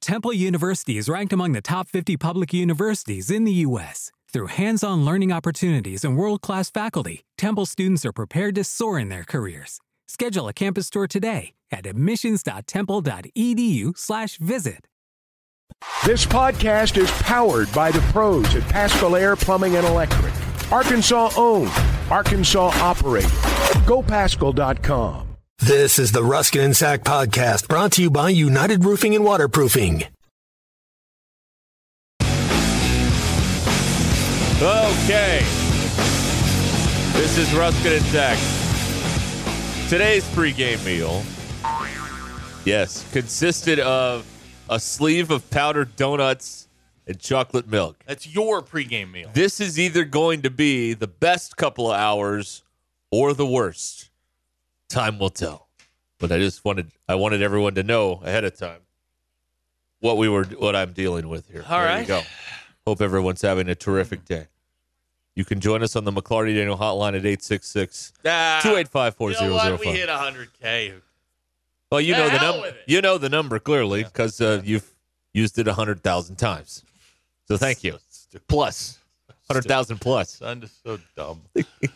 Temple University is ranked among the top 50 public universities in the U.S. Through hands on learning opportunities and world class faculty, Temple students are prepared to soar in their careers. Schedule a campus tour today at E admissions.temple.edu/slash visit. This podcast is powered by the pros at Pascal Air Plumbing and Electric. Arkansas owned, Arkansas operated. GoPascal.com. This is the Ruskin and Sack podcast brought to you by United Roofing and Waterproofing. Okay. This is Ruskin and Zach. Today's pregame meal, yes, consisted of a sleeve of powdered donuts and chocolate milk. That's your pregame meal. This is either going to be the best couple of hours or the worst. Time will tell. But I just wanted I wanted everyone to know ahead of time what we were what I'm dealing with here. All there you right. go. Hope everyone's having a terrific day. You can join us on the McLarty Daniel hotline at 866 Ah, 285 you know what? We hit 4005. 100K. Well, you The know the hell number. with it. You know the number clearly because uh, you've used it 100,000 times. So thank you. Plus 100,000 plus. Son is so dumb. But uh,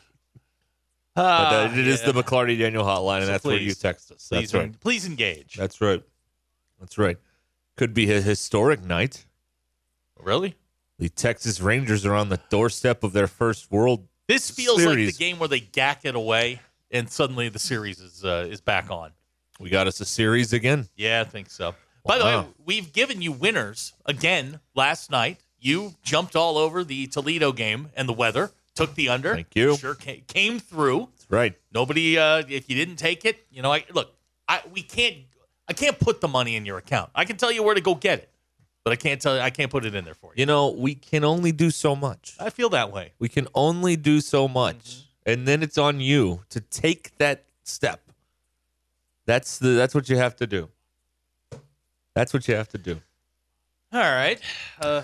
Ah, it is yeah. the McClarty Daniel hotline, and So that's where you please, text us. Please, That's right. please engage. That's right. That's right. Could be a historic night. really? The Texas Rangers are on the doorstep of their first World. This feels like Series. the game where they gack it away, and suddenly the series is uh, is back on. We got us a series again. Yeah, I think so. By the way, Wow. we've given you winners again last night. You jumped all over the Toledo game and the weather, took the under. Thank you. Sure ca- came through. That's right. Nobody, uh, if you didn't take it, you know, I look, I we can't, I can't put the money in your account. I can tell you where to go get it, but I can't tell you, I can't put it in there for you. You know, we can only do so much. I feel that way. We can only do so much. Mm-hmm. And then it's on you to take that step. That's the that's what you have to do. That's what you have to do. All right, uh,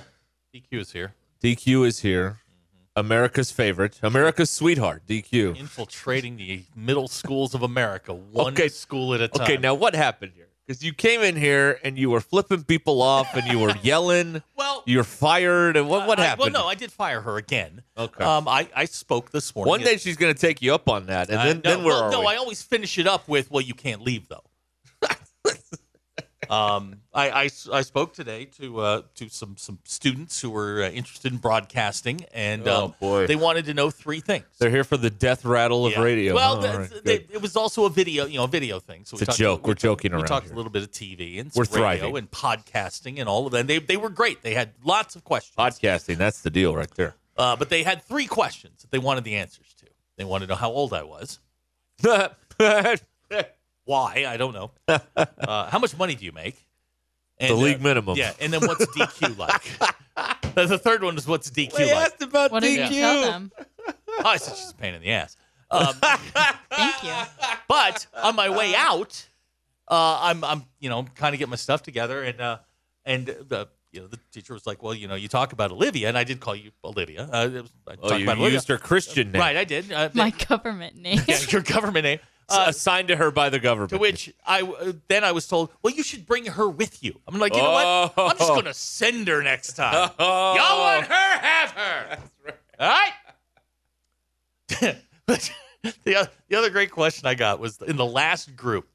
DQ is here, DQ is here. Mm-hmm. America's favorite, America's sweetheart, DQ. infiltrating the middle schools of America, one Okay. school at a time. Okay, now what happened here? Because you came in here and you were flipping people off and you were yelling. well, You're fired. And what what I- happened? well, no, I did fire her again. Okay. um, I I spoke this morning. One day she's going to take you up on that, and I- then no, then where well, are no, we? I always finish it up with, well, you can't leave though. um, I, I s- I spoke today to uh, to some some students who were uh, interested in broadcasting, and Oh, um, boy. they wanted to know three things. They're here for the death rattle of Yeah. radio. Oh, Well, All th- right, th- good. they- it was also a video, you know, a video thing. So It's a joke. We're joking We around talked here. a little bit of TV and We're some radio thriving. and podcasting and all of that. And they they were great. They had lots of questions. Podcasting, that's the deal right there. Uh, but they had three questions that they wanted the answers to. They wanted to know how old I was, the why I don't know, uh, how much money do you make, and, league uh, minimum. yeah, and then what's DQ like? the the third one is what's DQ They like? asked about What did DQ. you tell them? Oh, I said she's a pain in the ass. Um, Thank you. but on my way out, uh, I'm I'm you know kind of getting my stuff together, and uh, and the you know the teacher was like, well, you know, you talk about Olivia, and I did call you Olivia. Uh, it was, I Oh, talked you about Olivia. used her Christian name. right, I did. Uh, My government name. yeah, your government name. Uh, Uh, assigned to her by the government. to which I uh, then I was told, well, you should bring her with you. I'm like, you know what? I'm just Oh. gonna send her next time. Oh. Y'all want her? Have her. All right. the, oth- the other great question I got was in the last group.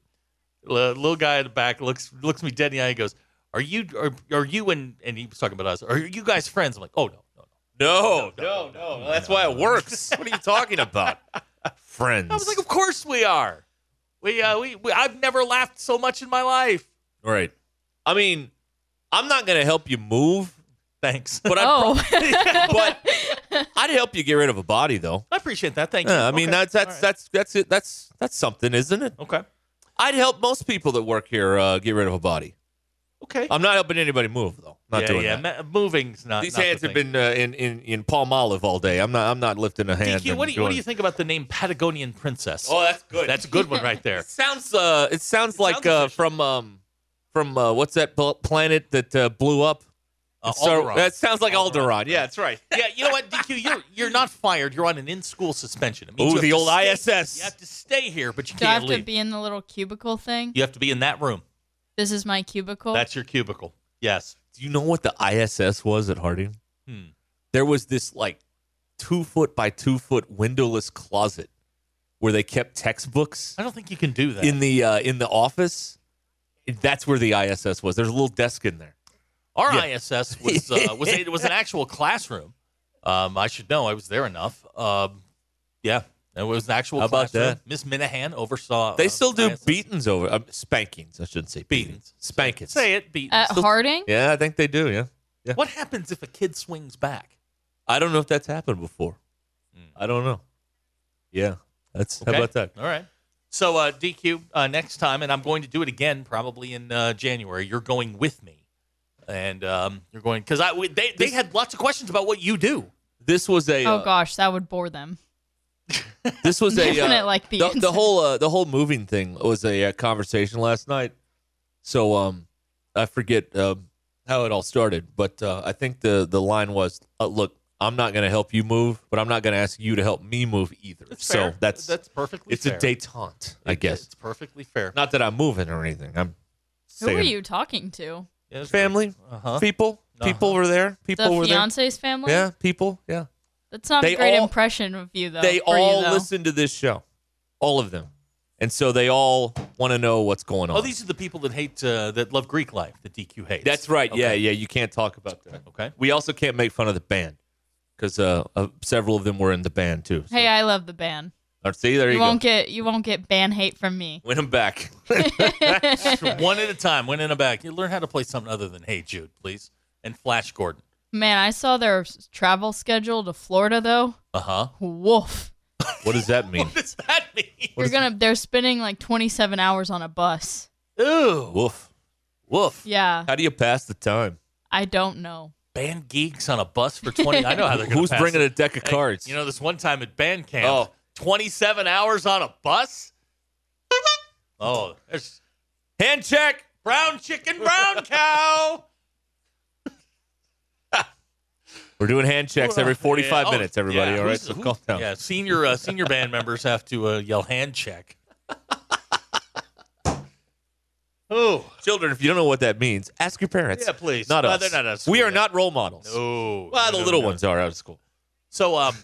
The little guy in the back looks looks me dead in the eye and goes, "Are you are, are you and and he was talking about us? Are you guys friends?" I'm like, "Oh no, no, no." No, no, no, That's why it works. what are you talking about? Friends. I was like, "Of course we are. We uh we, we I've never laughed so much in my life." right. I mean, I'm not going to help you move, Thanks. but I Oh. but I'd help you get rid of a body though. I appreciate that. Thank you. Yeah, I mean, Okay. that's that's All right. that's that's it. That's that's something, isn't it? okay. I'd help most people that work here uh, get rid of a body. Okay. I'm not helping anybody move though. Not yeah, doing yeah. that. Ma- moving's not. These not the hands have thing. been uh, in, in in palm olive all day. I'm not I'm not lifting a hand. DQ, and what do you what do doing- you think about the name Patagonian Princess? Oh, that's good. That's a good one right there. it sounds uh it sounds like sounds uh efficient. from um from uh, what's that pl- planet that uh, blew up? Uh, It start- Alderaan. that sounds like Alderaan. Alderaan. Yeah, that's right. yeah, you know what, DQ, you're you're not fired. You're on an in-school suspension. It means Ooh, you have the to old stay- ISS. You have to stay here, but you Do I can't have to leave. be in the little cubicle thing? you have to be in that room. This is my cubicle. That's your cubicle. Yes. Do you know what the ISS was at Harding? Hmm. There was this like two foot by two foot windowless closet where they kept textbooks I don't think you can do that. in the uh, in the office. That's where the ISS was. There's a little desk in there. Our Yeah. ISS was uh, was it was an actual classroom. Um, I should know. I was there enough. Um, yeah, it was an actual How about classroom. that? Miss Minahan oversaw. They uh, still do ISS. beatings over uh, spankings. I shouldn't say beatings. Beatings. Uh, Spankings. Say it. Beat. At Harding? Yeah, I think they do. Yeah. What happens if a kid swings back? I don't know if that's happened before. I don't know. Yeah. That's Hmm. Okay. how about that? All right. So uh, DQ uh, next time, and I'm going to do it again probably in uh, January. You're going with me, and um, you're going because I we- they they This- had lots of questions about what you do. This was a Oh uh, gosh, that would bore them. this was a Isn't uh, it like the the, inside? the whole uh, the whole moving thing was a, uh conversation last night. So um, I forget um, how it all started, but uh, I think the the line was, uh, "Look, I'm not going to help you move, but I'm not going to ask you to help me move either." so fair. that's that's perfectly. it's fair. a detente, I guess. It's perfectly fair. Not that I'm moving or anything. I'm Who saying are you talking to? family, Uh-huh. people, people Uh-huh. were there, people The were fiance's family? there. Yeah, people. Yeah, That's not They a great all- impression of you though. they for you, all though. listen to this show, all of them, and so they all want to know what's going on. Oh, these are the people that hate uh, that love Greek life that DQ hates. That's right. Yeah, Okay. yeah. You can't talk about that. Okay. We also can't make fun of the band because uh, uh, several of them were in the band too. So. Hey, I love the band. Uh, see, there You, you, go. won't get you won't get band hate from me. Win them back. One at a time, one in a back. You learn how to play something other than Hey Jude, please. And Flash Gordon. Man, I saw their s- travel schedule to Florida though. Uh huh. Woof. what does that mean? What does that mean? You're gonna they're spending like 27 hours on a bus. Ooh. Woof. Woof. Yeah, How do you pass the time? I don't know. Band geeks on a bus for 20. I know how they're going Who's bringing a deck of cards? You know, this one time at band camp, Oh. 27 hours on a bus? Oh, there's hand check. brown chicken, brown cow. We're doing hand checks every 45 Yeah. Oh, minutes, everybody. yeah. All right, Who's- so who- calm down. Yeah, senior uh, senior band members have to uh, yell hand check. oh, Children, if you don't know what that means, ask your parents. Yeah, please. Not Well, us. they're not us. We are Yeah. not role models. no. Well, No, the no, little no. ones are out of school. So, um,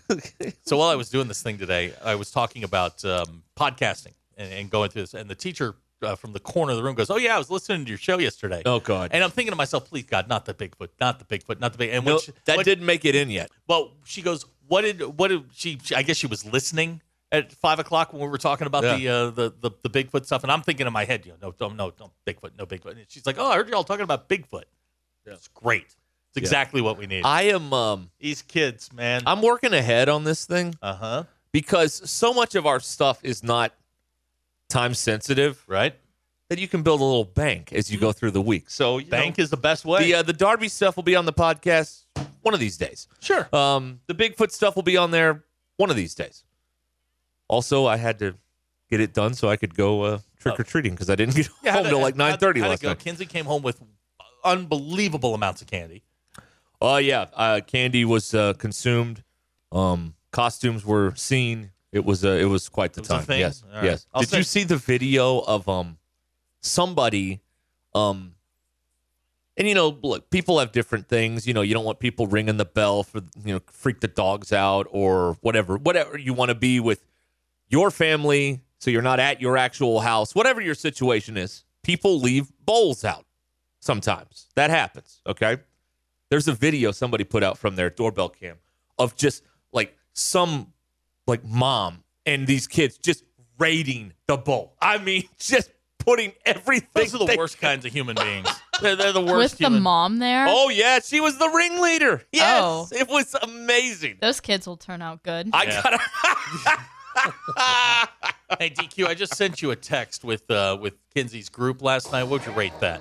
so while I was doing this thing today, I was talking about um, podcasting and, and going through this, and the teacher uh, from the corner of the room goes, "Oh yeah, I was listening to your show yesterday." Oh, God. And I'm thinking to myself, "Please, God, not the Bigfoot, not the Bigfoot, not the Big." And when No, she- that when- didn't make it in yet. Well, she goes, "What did what did she, she? I guess she was listening at five o'clock when we were talking about the, Yeah. uh, the the the Bigfoot stuff." And I'm thinking in my head, you know, no, don't, no, don't Bigfoot, no Bigfoot. And she's like, "Oh, I heard y'all talking about Bigfoot. It's great. It's exactly what we need. I am um These kids, man. I'm working ahead on this thing. Uh huh. because so much of our stuff is not time sensitive Right. that you can build a little bank as you go through the week. So you Bank know, is the best way. the uh, the Darby stuff will be on the podcast one of these days. sure. Um, the Bigfoot stuff will be on there one of these days. Also, I had to get it done so I could go uh, trick or treating because I didn't get home till like nine thirty last night. Kinsey came home with unbelievable amounts of candy. Oh yeah, uh, candy was uh, consumed. Um, costumes were seen. It was uh, it was quite the It was a time. thing? Yes, All right. yes. I'll Did you see the video of um somebody um and you know look people have different things you know you don't want people ringing the bell for you know freak the dogs out or whatever whatever you want to be with your family so you're not at your actual house whatever your situation is people leave bowls out sometimes that happens okay there's a video somebody put out from their doorbell cam of just like some like mom and these kids just raiding the bowl i mean just putting everything Those are the they- worst kinds of human beings. they're, they're the worst. With the human. mom there, Oh yeah, she was the ringleader. Yes, Oh. it was amazing. those kids will turn out good. I Yeah. gotta. Hey DQ, I just sent you a text with uh, with Kinsey's group last night. What would you rate that?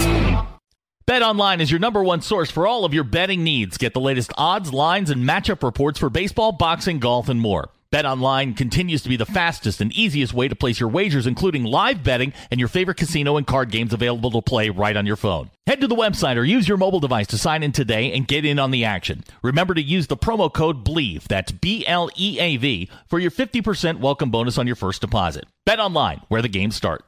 BetOnline is your number one source for all of your betting needs. Get the latest odds, lines, and matchup reports for baseball, boxing, golf, and more. BetOnline continues to be the fastest and easiest way to place your wagers, including live betting and your favorite casino and card games available to play right on your phone. Head to the website or use your mobile device to sign in today and get in on the action. Remember to use the promo code BLEAV, that's B L E A V, for your 50% welcome bonus on your first deposit. BetOnline, where the game starts.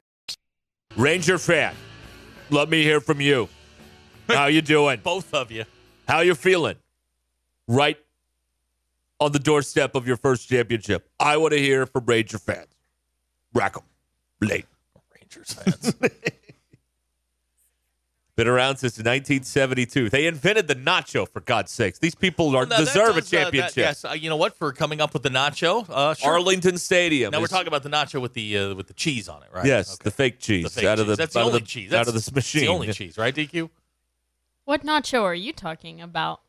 Ranger fan, let me hear from you. How you doing? Both of you. How you feeling? Right on the doorstep of your first championship. I want to hear from Ranger fans. Rack 'em. Late. Rangers fans. Been around since 1972. They invented the nacho, for God's sakes. These people are, No, that deserve a does, uh, that- championship. yes, uh, you know what? For coming up with the nacho, uh, sure. Arlington Stadium. Now we're is- talking about the nacho with the uh, with the cheese on it, right? Yes, Okay. the fake cheese fake out of the cheese. That's out the of only the cheese. out That's of this it's machine. The only cheese, right, DQ? What nacho are you talking about?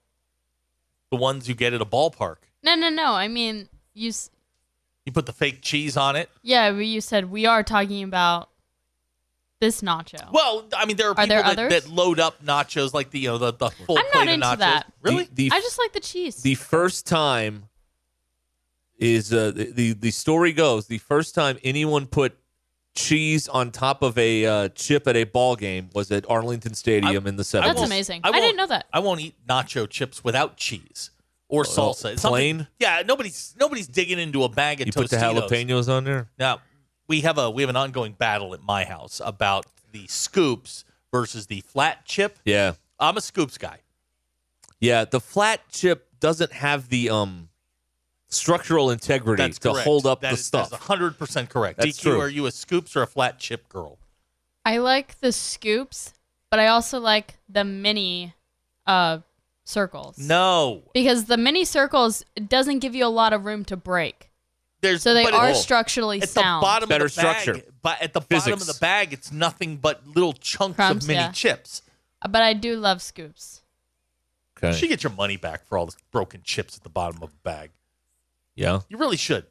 The ones you get at a ballpark. No, no, no. I mean, you. s- You put the fake cheese on it. Yeah, but you said we are talking about this nacho. Well, I mean, there are, Are people there that, others? that load up nachos like the you know, the, the full I'm not plate into of nachos. that. Really? The, the, I just like the cheese. the first time is uh, the, the the story goes the first time anyone put cheese on top of a uh, chip at a ball game was at Arlington Stadium in the 70s. That's won't- amazing. I I, won't- didn't know that. I won't eat nacho chips without cheese or salsa. It's Uh, plain? something- Yeah, nobody's nobody's digging into a bag of You put the Tostitos. jalapenos on there. Now we have a we have an ongoing battle at my house about the scoops versus the flat chip. Yeah. I'm a scoops guy. Yeah, the flat chip doesn't have the um structural integrity That's to correct. hold up That the is- stuff. That's 100 percent correct. That's DQ, true. are you a scoops or a flat chip girl? I like the scoops, but I also like the mini uh circles. No. Because the mini circles doesn't give you a lot of room to break. There's So they but are it's- structurally at sound. the bottom Better of the bag, structure. But at the bottom of Physics. the bag, it's nothing but little chunks Crumbs, of mini yeah. chips. Uh, but I do love scoops. You should get your money back for all the broken chips at the bottom of a bag. yeah. You really should.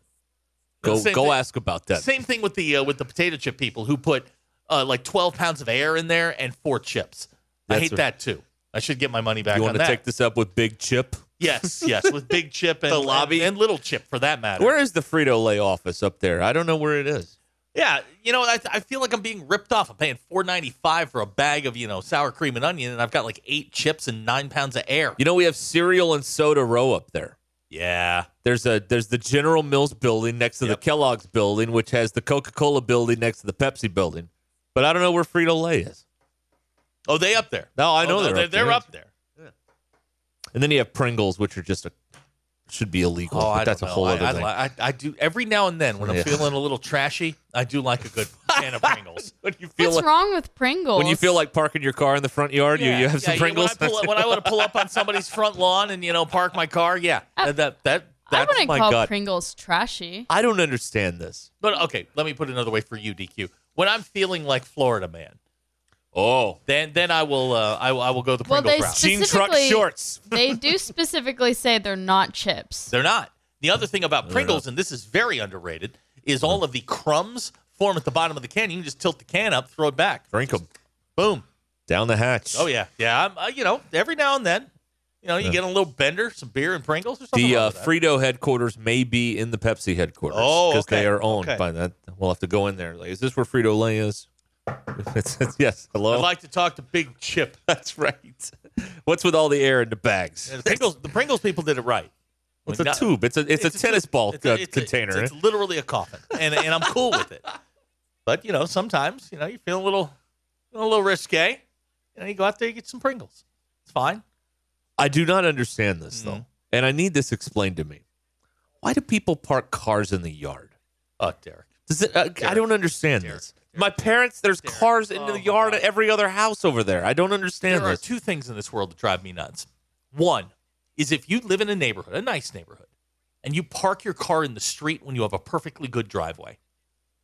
Go Same go thing- ask about that. Same thing with the uh, with the potato chip people who put uh, like 12 pounds of air in there and four chips. I That's hate right. that too. I should get my money back you on want to that. take this up with Big Chip? yes, yes, with big chip and The lobby. and, little chip for that matter. Where is the Frito Lay office up there? I don't know where it is. yeah, you know, I, I feel like I'm being ripped off. I'm paying 4.95 for a bag of you know sour cream and onion, and I've got like eight chips and nine pounds of air. You know, we have cereal and soda row up there. Yeah. There's a there's the General Mills building next to Yep. the Kellogg's building, which has the Coca Cola building next to the Pepsi building. But I don't know where Frito Lay is. Oh, they up there. No, I Oh, know no, they're, they're, up there. up there. And then you have Pringles, which are just a should be illegal. but Oh, I that's don't a know. whole I, other I, thing. li- I, I do every now and then when Yeah. I'm feeling a little trashy, I do like a good can of Pringles. when you feel What's like, wrong with Pringles? when you feel like parking your car in the front yard, Yeah, you, you have yeah, some yeah, Pringles. When I, pull up, when I want to pull up on somebody's front lawn and you know park my car, yeah, that that, that Uh, I that's wouldn't my call gut. Pringles trashy. I don't understand this. but okay, let me put it another way for you, DQ. When I'm feeling like Florida man, Oh, then then I will uh, I, will- I will go the Well, Pringles they jean route. truck Specifically- shorts. they do specifically say they're not chips. They're not. The other thing about Pringles, and this is very underrated, is all of the crumbs form at the bottom of the can. You can just tilt the can up, throw it back, Drink them boom. down the hatch. Oh yeah, yeah. I'm, uh, you know, every now and then, you know, you get a little bender, some beer and Pringles or something. The wrong uh, with that. Frito headquarters may be in the Pepsi headquarters. Oh, because okay, they are owned okay. by that. We'll have to go in there. Like, is this where Frito Lay is? It's- it's- yes. Hello. I'd like to talk to Big Chip. That's right. What's with all the air in the bags? The Pringles, the Pringles people did it right. It's Like, a not- tube. It's a it's, a tennis ball it's a- uh, it's a- container. It's, it's literally a coffin, and and I'm cool with it. But you know, sometimes you know you feel a little, a little risque. You know, you go out there, you get some Pringles. It's fine. I do not understand this though, Mm-hmm. and I need this explained to me. Why do people park cars in the yard? Oh, Derek. Does it? Uh, I don't understand this. My parents, there's cars in Oh the my yard God. at every other house over there. I don't understand There are this. two things in this world that drive me nuts. One is if you live in a neighborhood, a nice neighborhood, and you park your car in the street when you have a perfectly good driveway.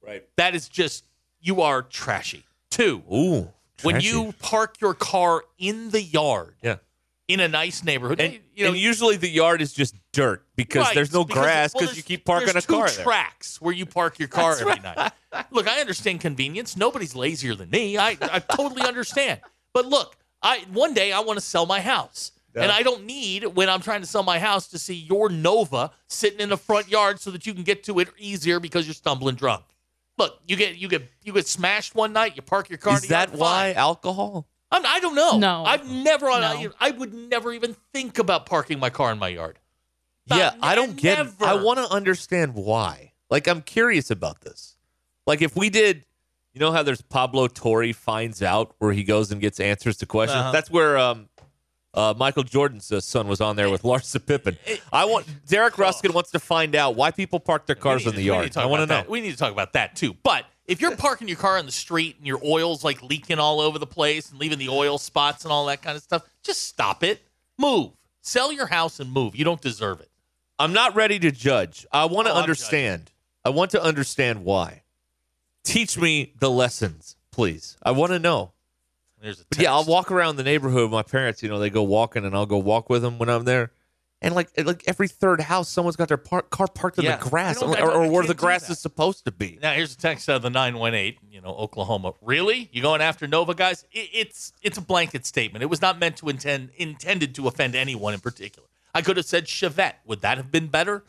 Right. That is just you are trashy. Two, Ooh. when trashy. you park your car in the yard Yeah. in a nice neighborhood, And, you know, and usually the yard is just dirt because Right, there's no grass well, because there's- you keep parking a there's car two there. tracks where you park your car every night. Look, I understand convenience. Nobody's lazier than me. I, I totally understand. But look, I one day I want to sell my house. And I don't need when I'm trying to sell my house to see your Nova sitting in the front yard so that you can get to it easier because you're stumbling drunk. Look, you get you get you get smashed one night. You park your car. in Is the that yard, why fine. alcohol? I'm, I don't know. No. I've never. on No. I, would never even think about parking my car in my yard. yeah, But I don't get. it. I never. want to understand why. Like, I'm curious about this. Like, if we did, you know how there's Pablo Torre finds out where he goes and gets answers to questions. Uh-huh. That's where um, uh, Michael Jordan's uh, son was on there with Larsa Pippen. I want Derek Ruskin wants to find out why people park their cars We in the need to- we need yard. to talk I want about to that. know. We need to talk about that too. But if you're parking your car in the street and your oil's like leaking all over the place and leaving the oil spots and all that kind of stuff, just stop it. Move. Sell your house and move. You don't deserve it. I'm not ready to judge. I want to Oh, I'm understand. I want to understand why. Teach me the lessons, please. I want to know. There's a But yeah, I'll text. walk around the neighborhood with my parents. You know, they go walking, and I'll go walk with them when I'm there. And like, like every third house, someone's got their par- car parked in Yeah. the grass, I don't- or, I don't- or I where can't the do grass that. is supposed to be. Now here's a text out of the 918, you know, Oklahoma. Really? You going after Nova guys? It, it's it's a blanket statement. It was not meant to intend intended to offend anyone in particular. I could have said Chevette. Would that have been better?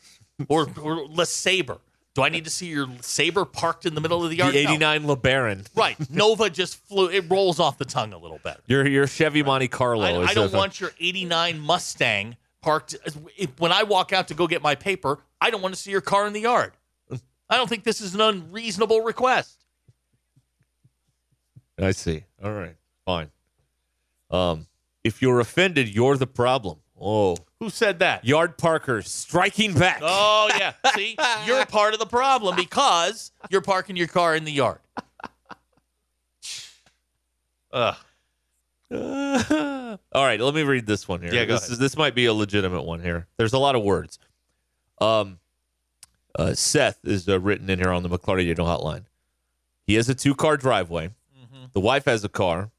Or or Le Sabre. Do I need to see your Sabre parked in the middle of the The yard? No. '89 LeBaron, Right. Nova just flew. It rolls off the tongue a little better. your your Chevy Monte Carlo. I, is I if don't want your 89 Mustang parked. If, when I walk out to go get my paper, I don't want to see your car in the yard. Mm. I don't think this is an unreasonable request. I see. All right, fine. Um, if you're offended, you're the problem. Oh, Who said that? yard parkers striking back. Oh, yeah. See, you're part of the problem because you're parking your car in the yard. Ugh. Uh, all right, let me read this one here. Yeah, go this ahead. is this might be a legitimate one here. There's a lot of words. Um, uh, Seth is uh, written in here on the McClarty Daniel Hotline. He has a two car driveway. Mm-hmm. The wife has a car,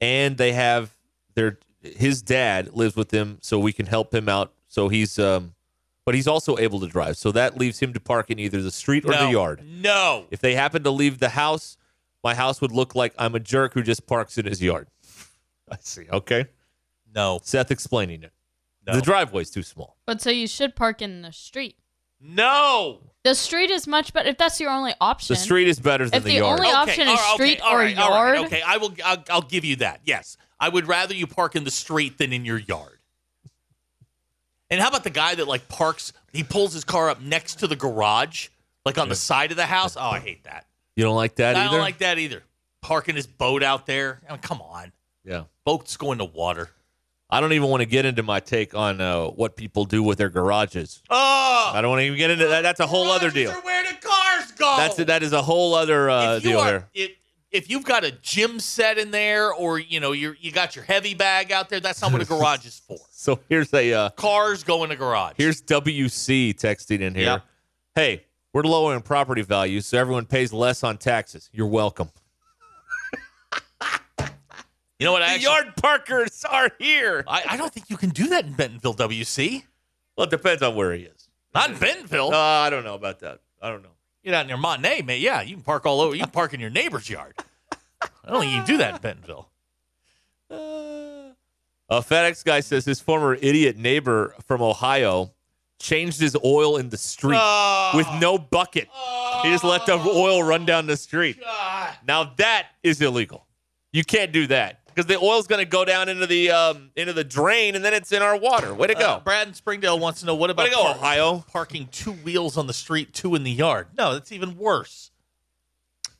and they have their his dad lives with him, so we can help him out. So he's um, but he's also able to drive. So that leaves him to park in either the street or No. the yard. No. Oh. If they happen to leave the house, my house would look like I'm a jerk who just parks in his yard. I see. Okay. No. Seth explaining it. No. The driveway's too small. But so you should park in the street. no. The street is much better if that's your only option. The street is better than If the, the yard. only- option is all right, street all or right, all right, yard. okay, I will. I'll, I'll give you that. Yes, I would rather you park in the street than in your yard. And how about the guy that like parks? He pulls his car up next to the garage, like on the side of the house. Oh, I hate that. you don't like that I either. don't like that either. Parking his boat out there. I mean, come on, yeah. boats go into water. I don't even want to get into my take on uh, what people do with their garages. Oh, I don't want to even get into that. That's a whole other garages deal. Are where the cars go? That's that is a whole other uh, if you deal are, here. If, if you've got a gym set in there, or you know you you got your heavy bag out there, that's not what a garage is for. So here's a uh, Cars go in the garage. Here's WC texting in here. Yep. Hey, we're low in property values, so everyone pays less on taxes. You're welcome. you know what? I, The actually, yard parkers are here. I I don't think you can do that in Bentonville, WC. Well, it depends on where he is. Not in Bentonville. No, I don't know about that. I don't know. You're out near Montanay, man. Yeah, you can park all over. You can park in your neighbor's yard. I don't think you can do that in Bentonville. A FedEx guy says his former idiot neighbor from Ohio changed his oil in the street Oh. with no bucket. He just let the oil run down the street. Now that is illegal. You can't do that because the oil's going to go down into the um, into the drain and then it's in our water. Way to go! Uh, Brad in Springdale wants to know what Way about to go, park- Ohio. parking two wheels on the street, two in the yard? No, that's even worse.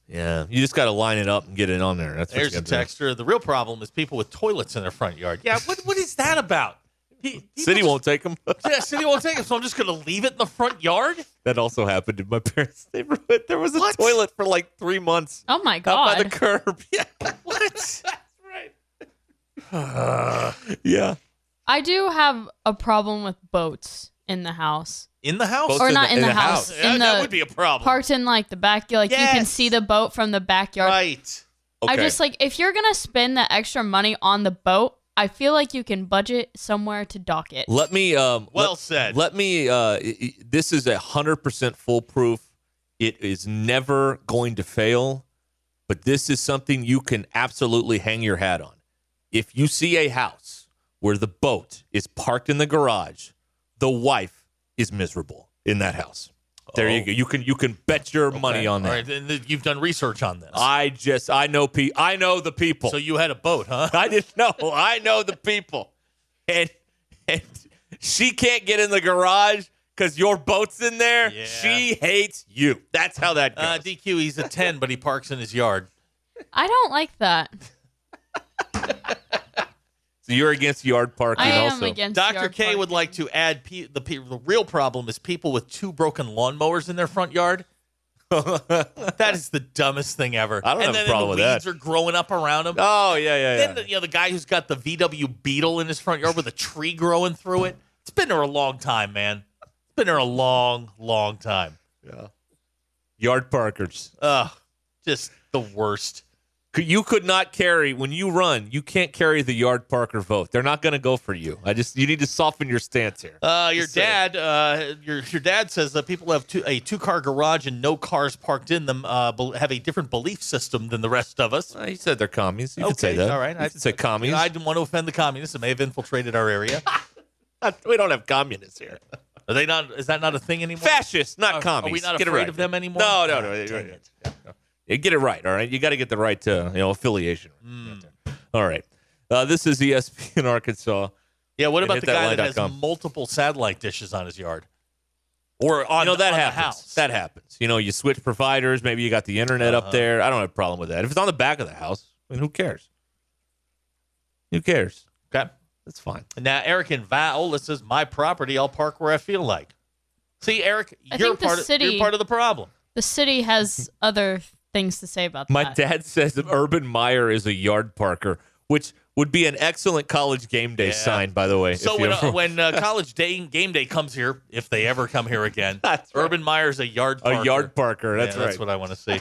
Yeah, you just got to line it up and get it on there. That's what There's you a gotta do. texter. The real problem is people with toilets in their front yard. Yeah, what what is that about? He, he City will won't take them. just- Yeah, city won't take it, so I'm just gonna leave it in the front yard. that also happened in my parents' neighborhood. There was a What? toilet for like three months Oh my out god. by the curb. Yeah. What? right. Yeah. I do have a problem with boats in the house. In the house? Boats Or in not the- in, in the, the house. Yeah, In that the would be a problem. parked in like the backyard. Like you can Yes. see the boat from the backyard. Right. Okay. I just like if you're gonna spend the extra money on the boat, I feel like you can budget somewhere to dock it. Let me. Um, Well let- said. Let me. Uh, i- i- this is a hundred percent foolproof. It is never going to fail. But this is something you can absolutely hang your hat on. If you see a house where the boat is parked in the garage, the wife is miserable in that house. There you Oh. go. You can you can bet your money on that. Uh, All right, then th- you've done research on this. I just I know pe- I know the people. so you had a boat, huh? I didn't know. I know the people. And and she can't get in the garage because your boat's in there. Yeah. She hates you. That's how that goes. Uh, DQ, he's a 10, but he parks in his yard. I don't like that. so you're against yard parking I am also. against Dr. yard K would parking. like to add pe- the pe- the real problem is people with two broken lawnmowers in their front yard. that is the dumbest thing ever. I don't and have a then problem the with weeds that. are growing up around them. oh yeah, yeah, yeah. Then the, you know the guy who's got the VW Beetle in his front yard with a tree growing through it. It's been there a long time, man. It's been there a long, long time. yard parkers. Ugh, just the worst. Could- You could not carry when you run. You can't carry the yard parker vote. They're not going to go for you. I just you need to soften your stance here. Uh, your Just saying. dad, uh, your your dad says that people who have two, a two car garage and no cars parked in them uh, bel- have a different belief system than the rest of us. Uh, he said they're commies. You could say Okay, that. all right. You I- could say commies. I didn't want to offend the communists. It may have infiltrated our area. we don't have communists here. Are they not? Is that not a thing anymore? Fascists, not Are- commies. Are we not Get it afraid right. of them anymore? No, no, no. Ah, Yeah, dang yeah, it. Yeah, Get it right, all right? You got to get the right uh, you know, affiliation. Hmm. Mm. All right. Uh, this is ESP in Arkansas. Yeah. What Yeah, about hit the that guy line that has dot com. multiple satellite dishes on his yard? Or on, you know, that on the happens. house. That happens. You know, you switch providers. Maybe you got the internet Uh-huh. up there. I don't have a problem with that. If it's on the back of the house, I mean, who cares? Who cares? Okay. That's fine. Now Eric in Viola says, "My property. I'll park where I feel like." See, Eric, I you're think the part. Of, city- you're part of the problem. the city has other things to say about My that. dad says that Urban Meyer is a yard parker, which would be an excellent college game day Yeah. sign, by the way. So if when, you uh, when uh, college day game day comes here, if they ever come here again, That's right. Urban Meyer's a yard a parker. yard parker, that's Yeah, right. That's what I want to see.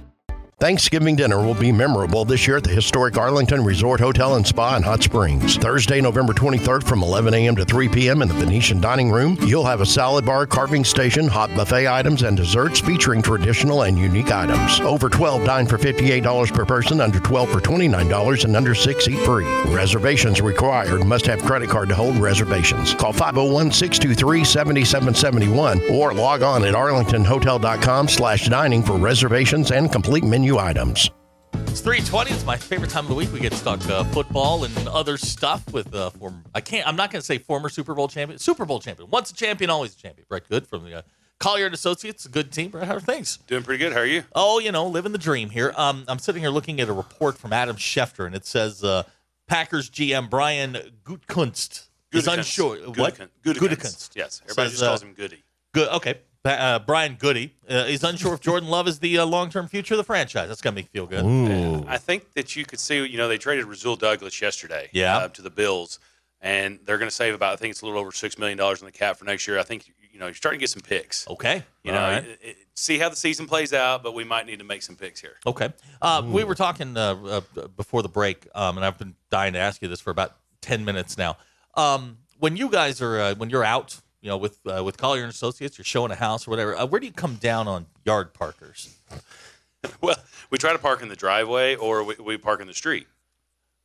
Thanksgiving dinner will be memorable this year at the historic Arlington Resort Hotel and Spa in Hot Springs. Thursday, November 23rd from 11 a.m. to 3 p.m. in the Venetian Dining Room, you'll have a salad bar, carving station, hot buffet items, and desserts featuring traditional and unique items. Over 12 dine for $58 per person, under 12 for $29, and under 6 eat free. Reservations required. Must have credit card to hold reservations. Call 501-623-7771 or log on at arlingtonhotel.com slash dining for reservations and complete menu items. It's three twenty. It's my favorite time of the week. We get to talk uh, football and other stuff with uh, former. I can't. I'm not going to say former Super Bowl champion. Super Bowl champion. Once a champion, always a champion. Brett Good from the uh, Collier and Associates. A good team. Brett, how are things? Doing pretty good. How are you? Oh, you know, living the dream here. Um, I'm sitting here looking at a report from Adam Schefter, and it says uh, Packers GM Brian Gutkunst is Gutekunst. unsure. Gutekunst. What? Gutekunst. Yes. Everybody Says, just calls uh, him Goody. Good. Okay. Pa- Uh, Brian Goody uh, is unsure if Jordan Love is the uh, long-term future of the franchise. That's gonna make me feel good. I think that you could see, you know, they traded Razul Douglas yesterday Yeah. uh, to the Bills. and they're going to save about I think it's a little over six million dollars in the cap for next year. I think you know you're starting to get some picks. Okay, You All know, right. it- it- see how the season plays out, but we might need to make some picks here. Okay. Uh, we were talking uh, uh, before the break, um, and I've been dying to ask you this for about ten minutes now. Um, when you guys are uh, when you're out, you know, with uh, with Collier and Associates, you're showing a house or whatever. Uh, where do you come down on yard parkers? well, we try to park in the driveway or we, we park in the street.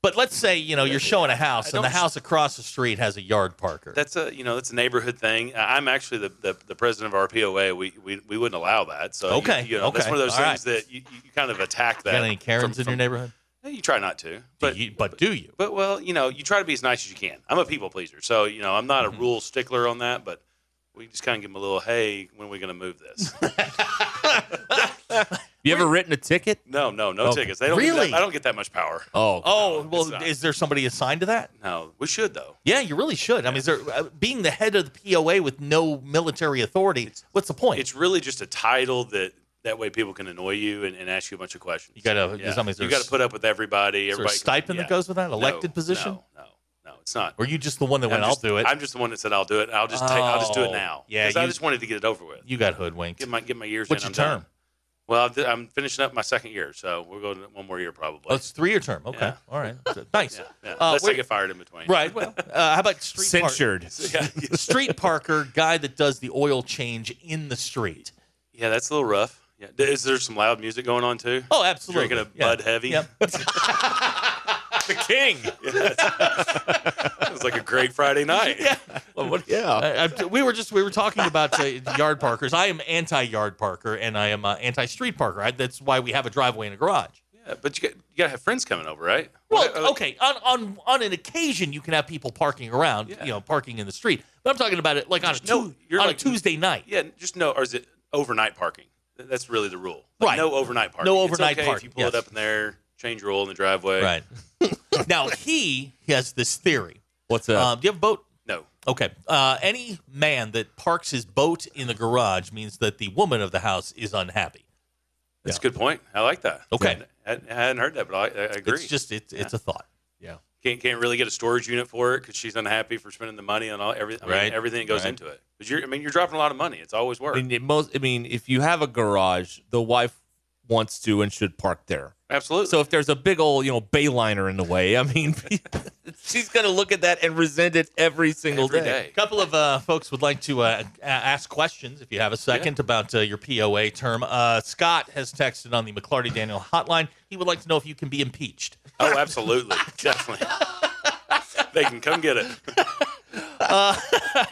But let's say you know you're showing a house, and the house across the street has a yard parker. That's a you know that's a neighborhood thing. I- I'm actually the, the, the president of our POA. We, we we wouldn't allow that. So you- Okay, you, know that's okay, one of those all things that you, you kind of attack You that. got any Karens in your neighborhood? Eh, You try not to, but you, but do you? But well, you know, you try to be as nice as you can. I'm a people pleaser, so you know I'm not Mm-hmm. a rule stickler on that, but. We just kind of give them a little, hey, when are we going to move this? You ever written a ticket? No, no, no Okay. tickets. They don't Get Really? that, I don't get that much power. Oh, Oh No, it's well, not. is there somebody assigned to that? no, we should though. Yeah, you really should. I mean, is there uh, being the head of the POA with no military authority? What's the point? It's really just a title that that way people can annoy you and, and ask you a bunch of questions. You gotta- yeah. that means you there's- got to put up with everybody. Is there a Everybody stipend that yeah. goes with that? No, Elected position? No, no, no, it's not. Or are you just the one that I'm went, just- I'll do it? I'm just the one that said I'll do it. I'll just take, I'll just do Oh, it now. yeah, 'Cause I you- just wanted to get it over with. you got hoodwinked. Get my get my years What's in. your I'm done. term? Well, I'm, d- I'm finishing up my second year, so we'll go to one more year probably. Oh, it's three year term. Okay. Yeah. All right. Nice. yeah, yeah. Uh, Let's where- get fired in between. Right. Well, uh, how about street park- Censured. yeah, street parker guy that does the oil change in the street? yeah, that's a little rough. Yeah, D- is there some loud music going on too? Oh, absolutely. Drinking a Yeah. Bud Heavy. Yep. the king. it was like a great Friday night. Yeah. yeah. I, I- we were just we were talking about uh, yard parkers. I am anti yard parker and I am uh, anti street parker. I, that's why we have a driveway and a garage. Yeah, but you got you gotta have friends coming over, right? uh, Well, okay, on, on on an occasion you can have people parking around, Yeah. you know, parking in the street. But I'm talking about it like on a, Just no- Tu- you're on like- a Tuesday night. Yeah, just no, or is it overnight parking? Th- That's really the rule. Right. No overnight parking. No It's overnight okay If parking, you pull yes. it up in there, change your oil in the driveway. Right. now he has this theory. What's up? Um, do you have a boat? No. Okay. Uh, any man that parks his boat in the garage means that the woman of the house is unhappy. That's a good point. I like that. Okay. I, I hadn't heard that, but I, I agree. It's just it's it's a thought. can't, can't really get a storage unit for it because she's unhappy for spending the money on all everything. I mean, Right. Everything that goes Right. into it. But you're, I mean, you're dropping a lot of money. It's always I worth. mean, it most, I mean, if you have a garage, the wife wants to and should park there. Absolutely. So if there's a big old, you know, Bayliner in the way, I mean, she's going to look at that and resent it every single every day. day. A couple of uh, folks would like to uh, a- ask questions if you have a second about uh, your POA term. Uh, Scott has texted on the McClarty Daniel hotline. He would like to know if you can be impeached. Oh, absolutely. Definitely. they can come get it. Uh,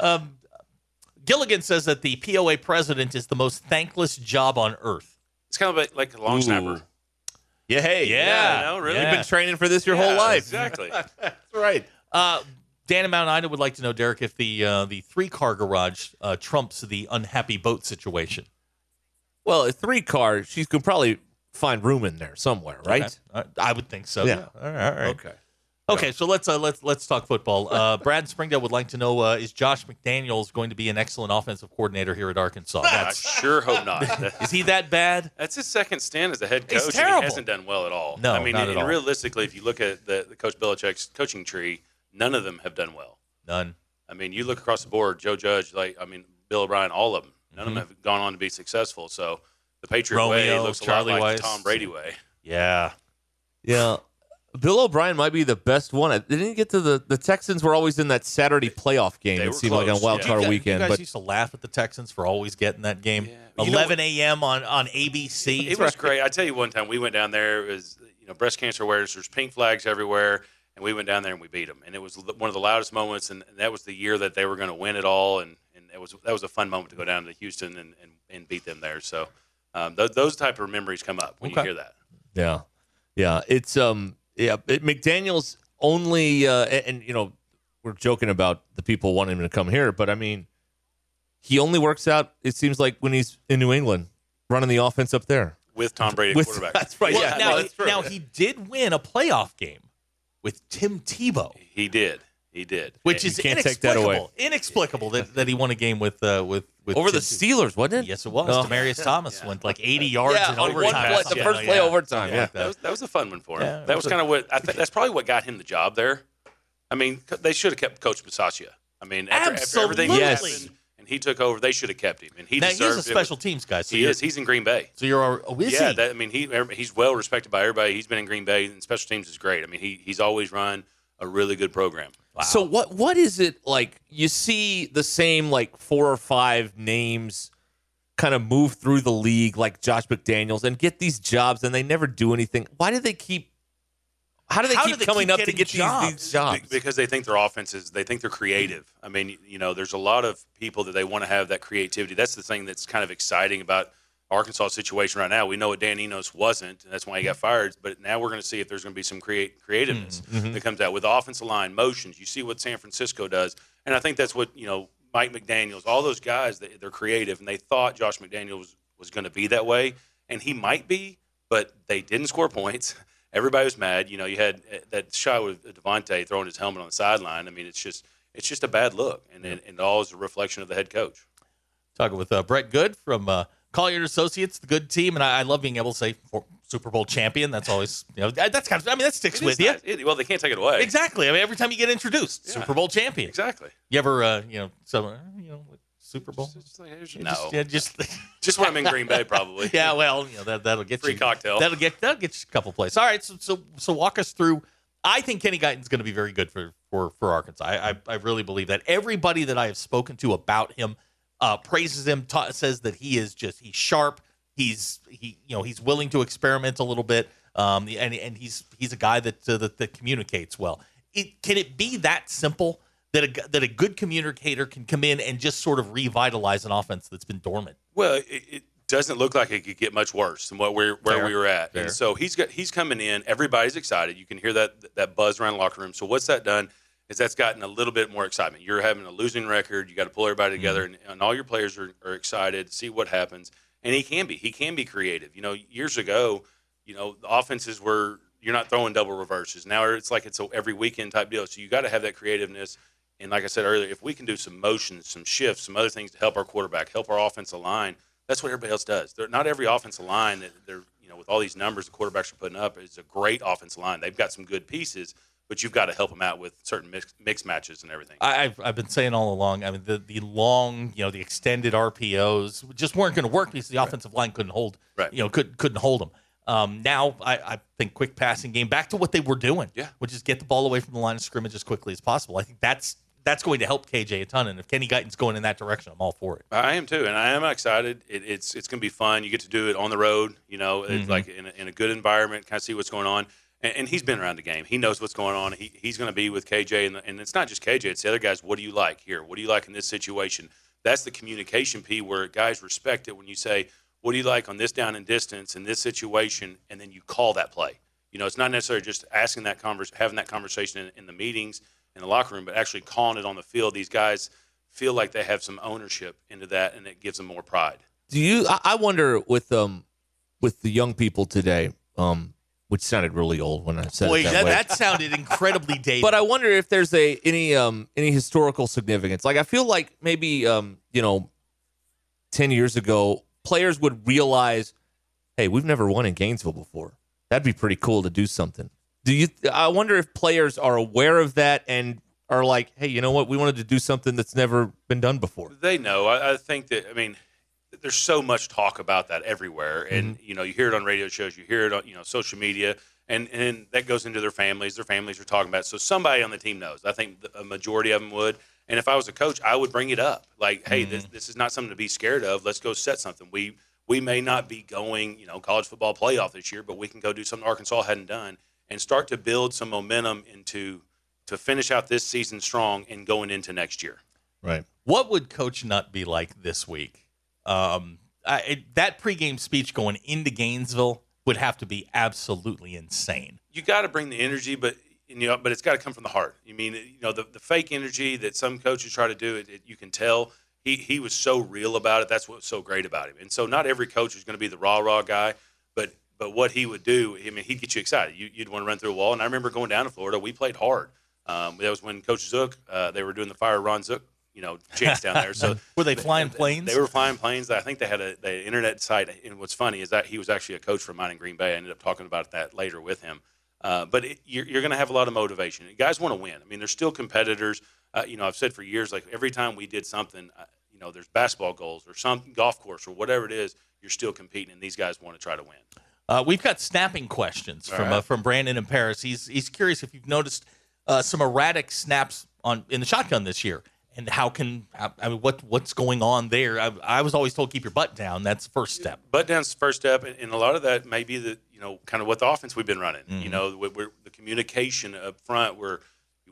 um, Gilligan says that the POA president is the most thankless job on earth. It's kind of like, like a long Ooh. snapper. Yeah, hey. Yeah, no, really. You've been training for this your Yeah, whole life. Exactly. That's right. Uh, Dan and Mount Ida would like to know, Derek, if the uh, the three car garage uh, trumps the unhappy boat situation. Well, a three car, she can probably find room in there somewhere, right? Okay. Uh, I would think so. Yeah. All right. all right. Okay. Okay, so let's uh, let's let's talk football. Uh, Brad Springdale would like to know: uh, Is Josh McDaniels going to be an excellent offensive coordinator here at Arkansas? I That's, sure hope not. That- is he that bad? That's his second stint as a head He's coach, and terrible. he hasn't done well at all. No, I mean, not at and all. realistically, if you look at the, the Coach Belichick's coaching tree, none of them have done well. None. I mean, you look across the board, Joe Judge, like I mean, Bill O'Brien, all of them, none of them have gone on to be successful. So the Patriot way Mm-hmm. Romeo, looks a Charlie lot like Weiss. the Tom Brady way. Yeah. Yeah. Bill O'Brien might be the best one. They didn't get to the the Texans were always in that Saturday playoff game. They it were seemed like close, on wild yeah. card You guys- weekend, you guys but used to laugh at the Texans for always getting that game. Yeah. You know 11 a.m. on on ABC. It was great. I tell you, one time we went down there. It was you know breast cancer awareness. There's pink flags everywhere, and we went down there and we beat them. And it was l- one of the loudest moments. And, and that was the year that they were going to win it all. And and it was that was a fun moment to go down to Houston and and, and beat them there. So um, th- those type of memories come up when Okay. you hear that. Yeah, yeah. It's um, yeah. It, McDaniel's only, uh, and, and, you know, we're joking about the people wanting him to come here, but I mean, he only works out. It seems like when he's in New England, running the offense up there. With Tom Brady at With- quarterback, that's right. Well, yeah, now, no, that's true. now he did win a playoff game with Tim Tebow. he did. He did. Which You is can't take that inexplicable. away. Inexplicable that, that he won a game with uh, with, with over the Tim Tebow. Steelers, wasn't it? Yes, it was. Oh. Demarius Thomas went like 80 yards Yeah, in on one overtime. play- the first play overtime, yeah. That was, that was a fun one for him. Yeah, it that was was a- kind of what I think. That's probably what got him the job there. I mean, c- they should have kept Coach Bisaccia. I mean, after, after everything Absolutely. that happened and he took over, they should have kept him. And he now he's deserves a special teams guy. So he you're- is. He's in Green Bay. So you're all, oh, is yeah, he? That, I mean, he he's well respected by everybody. He's been in Green Bay, and special teams is great. I mean, he he's always run a really good program. So what what is it like? You see the same like four or five names kind of move through the league like Josh McDaniels and get these jobs and they never do anything. Why do they keep how do they keep coming up to getting get these, these jobs? Be- Because they think their offense is, they think they're creative. I mean, you know, there's a lot of people that they want to have that creativity. That's the thing that's kind of exciting about Arkansas' situation right now. We know what Dan Enos wasn't, and that's why he got fired. But now we're going to see if there's going to be some create creativeness Mm-hmm. that comes out with the offensive line motions. You see what San Francisco does, and I think that's what you know. Mike McDaniel's, all those guys, they- they're creative, and they thought Josh McDaniel was, was going to be that way, and he might be, but they didn't score points. Everybody was mad. You know, you had uh, that shot with Devontae throwing his helmet on the sideline. I mean, it's just it's just a bad look, and it, and it all is a reflection of the head coach. Talking with uh, Brett Good from uh, Collier and Associates, the good team, and I, I love being able to say for- Super Bowl champion. That's always you know that- that's kind of I mean that It sticks is with you. not- it- well, they can't take it away. Exactly. I mean every time you get introduced, Yeah. Super Bowl champion. Exactly. You ever uh, you know some uh, you know like Super Bowl? You no. Just, yeah, just Just when I'm in Green Bay, probably. yeah. Well, you know that that'll get Free you cocktail. That'll get that'll get you a couple plays. All right. So so so walk us through. I think Kenny Guyton's going to be very good for for for Arkansas. I, I I really believe that. Everybody that I have spoken to about him uh, praises him. Ta- says that he is just he's sharp. He's he you know he's willing to experiment a little bit. Um, and and he's he's a guy that uh, that, that communicates well. It, can it be that simple that a g- that a good communicator can come in and just sort of revitalize an offense that's been dormant? Well, it, it doesn't look like it could get much worse than what we're where Fair. we were at. Fair. And so he's got he's coming in. Everybody's excited. You can hear that that buzz around the locker room. So what's that done? Is that's gotten a little bit more excitement. You're having a losing record. You got to pull everybody Mm-hmm. together, and, and all your players are, are excited to see what happens. And he can be. He can be creative. You know, years ago, you know, the offenses were you're not throwing double reverses. Now it's like it's a every weekend type deal. So you got to have that creativeness. And like I said earlier, if we can do some motions, some shifts, some other things to help our quarterback, help our offensive line, that's what everybody else does. They're, not every offensive line that they're you know with all these numbers the quarterbacks are putting up is a great offensive line. They've got some good pieces, but you've got to help them out with certain mix, mix matches and everything. I, I've, I've been saying all along. I mean, the, the long, you know, the extended RPOs just weren't going to work because the offensive line couldn't hold. Right. You know, could couldn't hold them. Um, now I, I think quick passing game back to what they were doing. Yeah. Which is get the ball away from the line of scrimmage as quickly as possible. I think that's that's going to help KJ a ton. And if Kenny Guyton's going in that direction, I'm all for it. I am too, and I am excited. It, it's it's going to be fun. You get to do it on the road, you know, it's like in a, in a good environment, kind of see what's going on. And, and he's been around the game. He knows what's going on. He, he's going to be with KJ, and, and it's not just KJ. It's the other guys. What do you like here? What do you like in this situation? That's the communication P where guys respect it when you say, "What do you like on this down and distance in this situation?" And then you call that play. You know, it's not necessarily just asking that converse, having that conversation in, in the meetings in the locker room, but actually calling it on the field. These guys feel like they have some ownership into that and it gives them more pride. Do you? I, I wonder with um with the young people today, um, which sounded really old when I said Boy, it that, that, way. that sounded incredibly dated. But I wonder if there's a any um any historical significance. Like I feel like maybe um you know, ten years ago, players would realize, hey, we've never won in Gainesville before. That'd be pretty cool to do something. Do you? I wonder if players are aware of that and are like, hey, you know what? We wanted to do something that's never been done before. They know. I, I think that. I mean, there's so much talk about that everywhere, and you know, you hear it on radio shows, you hear it on you know social media, and and that goes into their families. Their families are talking about. It. So somebody on the team knows. I think the- a majority of them would. And if I was a coach, I would bring it up. Like, hey, this, this is not something to be scared of. Let's go set something. We we may not be going, you know, college football playoff this year, but we can go do something Arkansas hadn't done and start to build some momentum into to finish out this season strong and going into next year. Right. what would Coach Nut be like this week? Um, I, it, that pregame speech going into Gainesville would have to be absolutely insane. you got to bring the energy, but and, you know, but it's got to come from the heart. You mean, you know, the, the fake energy that some coaches try to do, it, it, you can tell he he was so real about it. That's what's so great about him. And so, not every coach is going to be the rah rah guy, but but what he would do, I mean, he'd get you excited. You, you'd want to run through a wall. And I remember going down to Florida, we played hard. Um, that was when Coach Zook, uh, they were doing the fire Ron Zook, you know, chants down there. So Were they flying planes? They were flying planes. I think they had a the internet site. And what's funny is that he was actually a coach for mine in Green Bay. I ended up talking about that later with him. Uh, but it, you're, you're going to have a lot of motivation. And guys want to win. I mean, they're still competitors. Uh, you know, I've said for years, like every time we did something, uh, you know, there's basketball goals or some golf course or whatever it is, you're still competing, and these guys want to try to win. Uh, we've got snapping questions All from right. uh, from Brandon in Paris. He's he's curious if you've noticed uh, some erratic snaps on in the shotgun this year, and how can I, I mean what what's going on there? I, I was always told keep your butt down. That's the first step. Butt down's the first step, and, and a lot of that may be the you know kind of what the offense we've been running. You Mhm. know, we we're, the communication up front. We're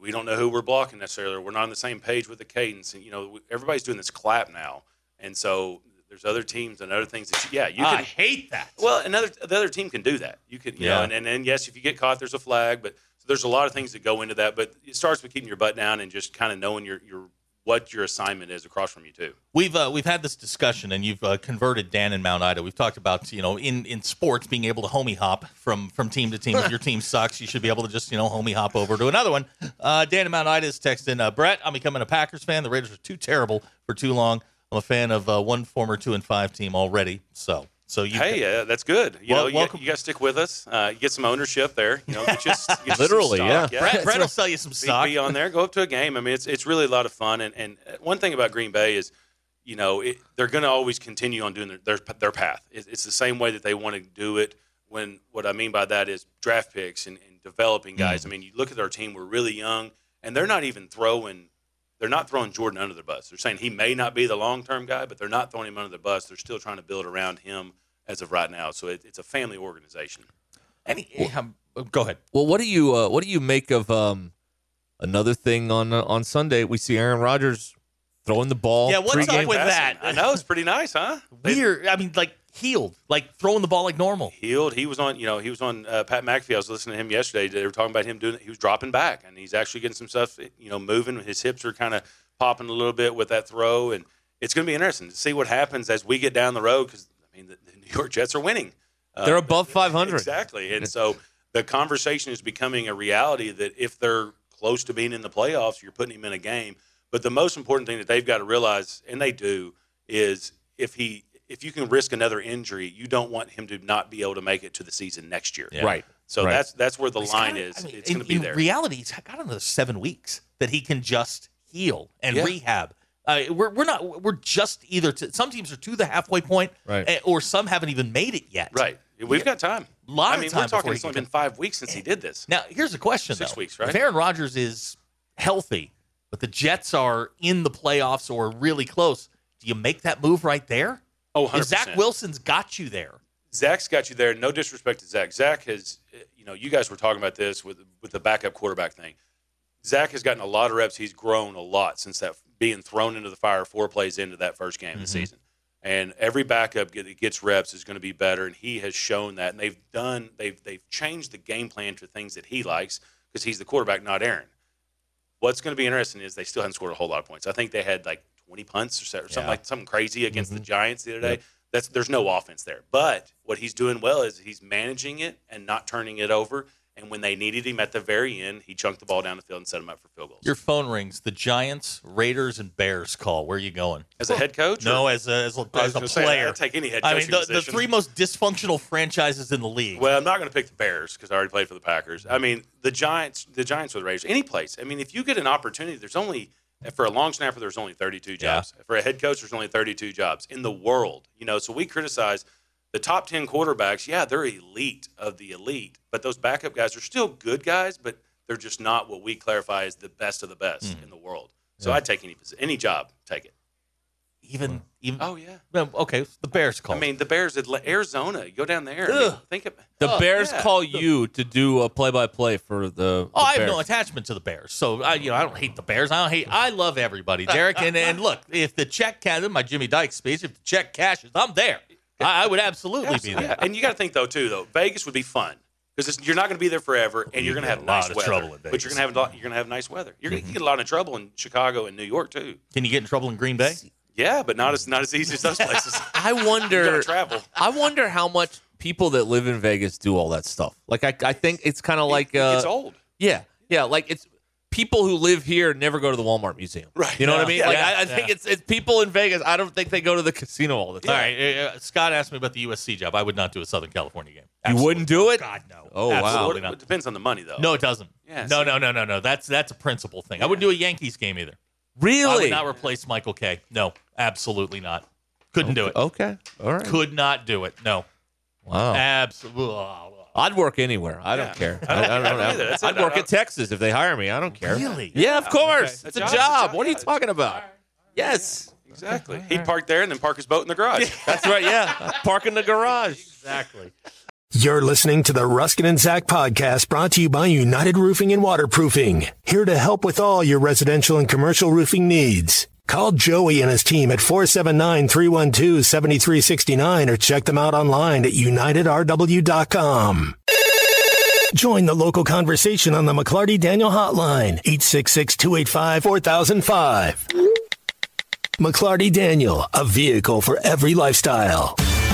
we don't know who we're blocking necessarily. Or we're not on the same page with the cadence, and you know we- everybody's doing this clap now, and so there's other teams and other things that you, yeah you I can hate that. Well, another the other team can do that. You could, you Yeah. know, and, and then yes, if you get caught, there's a flag. But so there's a lot of things that go into that. But it starts with keeping your butt down and just kind of knowing your your what your assignment is across from you too. We've uh, we've had this discussion, and you've uh, converted Dan and Mount Ida. We've talked about you know in, in sports being able to homie hop from from team to team. if your team sucks, you should be able to just you know homie hop over to another one. Uh, Dan and Mount Ida is texting uh, Brett. I'm becoming a Packers fan. The Raiders are too terrible for too long. I'm a fan of uh, one former two and five team already. So so you hey, uh, that's good. You Well, know, you, welcome- got- you got to stick with us. Uh, you get some ownership there. You know, get you, get you some Literally, stock. yeah. Brett, Brett will sell you some stock. Be, be on there. Go up to a game. I mean, it's it's really a lot of fun. And and uh, one thing about Green Bay is, you know, it, they're going to always continue on doing their their, their path. It, it's the same way that they want to do it. When what I mean by that is draft picks and, and developing guys. I mean, you look at our team. We're really young, and they're not even throwing. They're not throwing Jordan under the bus. They're saying he may not be the long term guy, but they're not throwing him under the bus. They're still trying to build around him as of right now. So it, it's a family organization. Any, um, go ahead. Well, what do you uh, what do you make of um, another thing on uh, on Sunday? We see Aaron Rodgers throwing the ball. Yeah, what's pregame. up with that? I know it's pretty nice, huh? Weird. I mean, like healed, like throwing the ball like normal. healed. He was on, you know, he was on uh, Pat McAfee. I was listening to him yesterday. They were talking about him doing it. He was dropping back, and he's actually getting some stuff, you know, moving. His hips are kind of popping a little bit with that throw, and it's going to be interesting to see what happens as we get down the road. Because I mean, the, the New York Jets are winning. Uh, They're above 500. Exactly, and so the conversation is becoming a reality that if they're close to being in the playoffs, you're putting him in a game. But the most important thing that they've got to realize, and they do, is if he if you can risk another injury, you don't want him to not be able to make it to the season next year. Yeah. Right. So Right. that's that's where the He's line gotta- is. I mean, it's in- going to be in there. reality, he's got another seven weeks that he can just heal and Yeah. rehab. Uh, we're, we're not we're just either to, some teams are to the halfway point, Right. eh, or some haven't even made it yet. right. We've got time. Lot I of mean, time we're before talking. he It's only can- been five weeks since he did this. Now, here's a question: Six though. weeks, right? If Aaron Rodgers is healthy, but the Jets are in the playoffs or really close, do you make that move right there? Oh, If Zach 100%. Wilson's got you there. Zach's got you there. No disrespect to Zach. Zach has, you know, you guys were talking about this with with the backup quarterback thing. Zach has gotten a lot of reps. He's grown a lot since that being thrown into the fire four plays into that first game of the season. And every backup get- that gets reps is going to be better, and he has shown that. And they've done they've they've changed the game plan to things that he likes because he's the quarterback, not Aaron. What's going to be interesting is they still haven't scored a whole lot of points. I think they had like 20 punts or so- or something Yeah. like something crazy against the Giants the other day. That's there's no offense there. But what he's doing well is he's managing it and not turning it over. And when they needed him at the very end, he chunked the ball down the field and set him up for field goals. Your phone rings. The Giants, Raiders, and Bears call. Where are you going? as a head coach, or- No, as a as a, I as was a gonna say, player. I'd take any head I mean, coaching the, the position. three most dysfunctional franchises in the league. Well, I'm not going to pick the Bears because I already played for the Packers. I mean, the Giants, the Giants with the Raiders, any place. I mean, if you get an opportunity, there's only for a long snapper, there's only 32 jobs. For a head coach, there's only 32 jobs in the world. You know, so we criticize the top 10 quarterbacks. Yeah, they're elite of the elite, but those backup guys are still good guys, but they're just not what we clarify as the best of the best Mm-hmm. in the world. So I'd take any posi- any job, take it. even even Oh yeah. Well, okay, the Bears call. I mean, the Bears, Atla- Arizona, go down there. I mean, Ugh. think of The Oh, Bears yeah. call you to do a play by play for the. oh, the I have no Bears. attachment to the Bears, so I you know I don't hate the Bears. I don't hate. I love everybody, Derek. And and look, if the check cash, my Jimmy Dyke speech, if the check cashes, I'm there. I, I would absolutely be Yeah, there. and you got to think though too though Vegas would be fun because you're not going to be there forever, and you're going to have a nice lot of weather. trouble in But you're going to have a lot, you're going to have nice weather. You're Mm-hmm. going to get a lot of trouble in Chicago and New York too. Can you get in trouble in Green Bay? Yeah, but not as not as easy as those places. I you got wonder. to travel. I wonder how much people that live in Vegas do all that stuff. Like I, I think it's kind of like it's uh, old. yeah, yeah. Like it's people who live here never go to the Walmart Museum. Right. You know what Yeah. I mean? Yeah. Like Yeah. I, I think Yeah. it's it's people in Vegas. I don't think they go to the casino all the time. All right. uh, uh, Scott asked me about the USC job. I would not do a Southern California game. You Absolutely. wouldn't do it? God no. Oh, wow. Absolutely Well, not. it depends on the money, though. No, it doesn't. Yeah, no, so- no, no, no, no. That's that's a principle thing. I wouldn't do a Yankees game either. I Really? would not replace Michael K. No, absolutely not. Couldn't do it. okay. Oh, All right. Could not do it. No. Wow. Absolutely. I'd work anywhere. I don't Yeah. care. I, I don't, I don't either. That's it. I'd I work don't- at Texas if they hire me. I don't care. Really? Yeah, of course. Okay. It's A a job's job. a job. What are you Yeah, talking about? Yes. Exactly. He'd park there and then park his boat in the garage. That's right. Yeah. Park in the garage. Exactly. You're listening to the Ruskin and Zach podcast brought to you by United Roofing and Waterproofing, here to help with all your residential and commercial roofing needs. Call Joey and his team at 479-312-7369 or check them out online at unitedrw.com. Join the local conversation on the McClarty Daniel Hotline, 866-285-4005. McClarty Daniel, a vehicle for every lifestyle.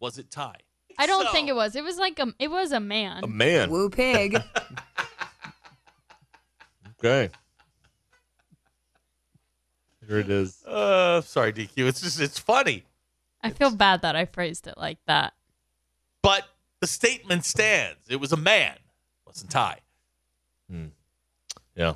Was it tie? I don't So- think it was. It was like a. It was a man. A man. Woo pig. Okay. Here it is. Uh, sorry, DQ. It's just it's funny, I feel bad that I phrased it like that. but the statement stands. It was a man. Wasn't tie. Yeah.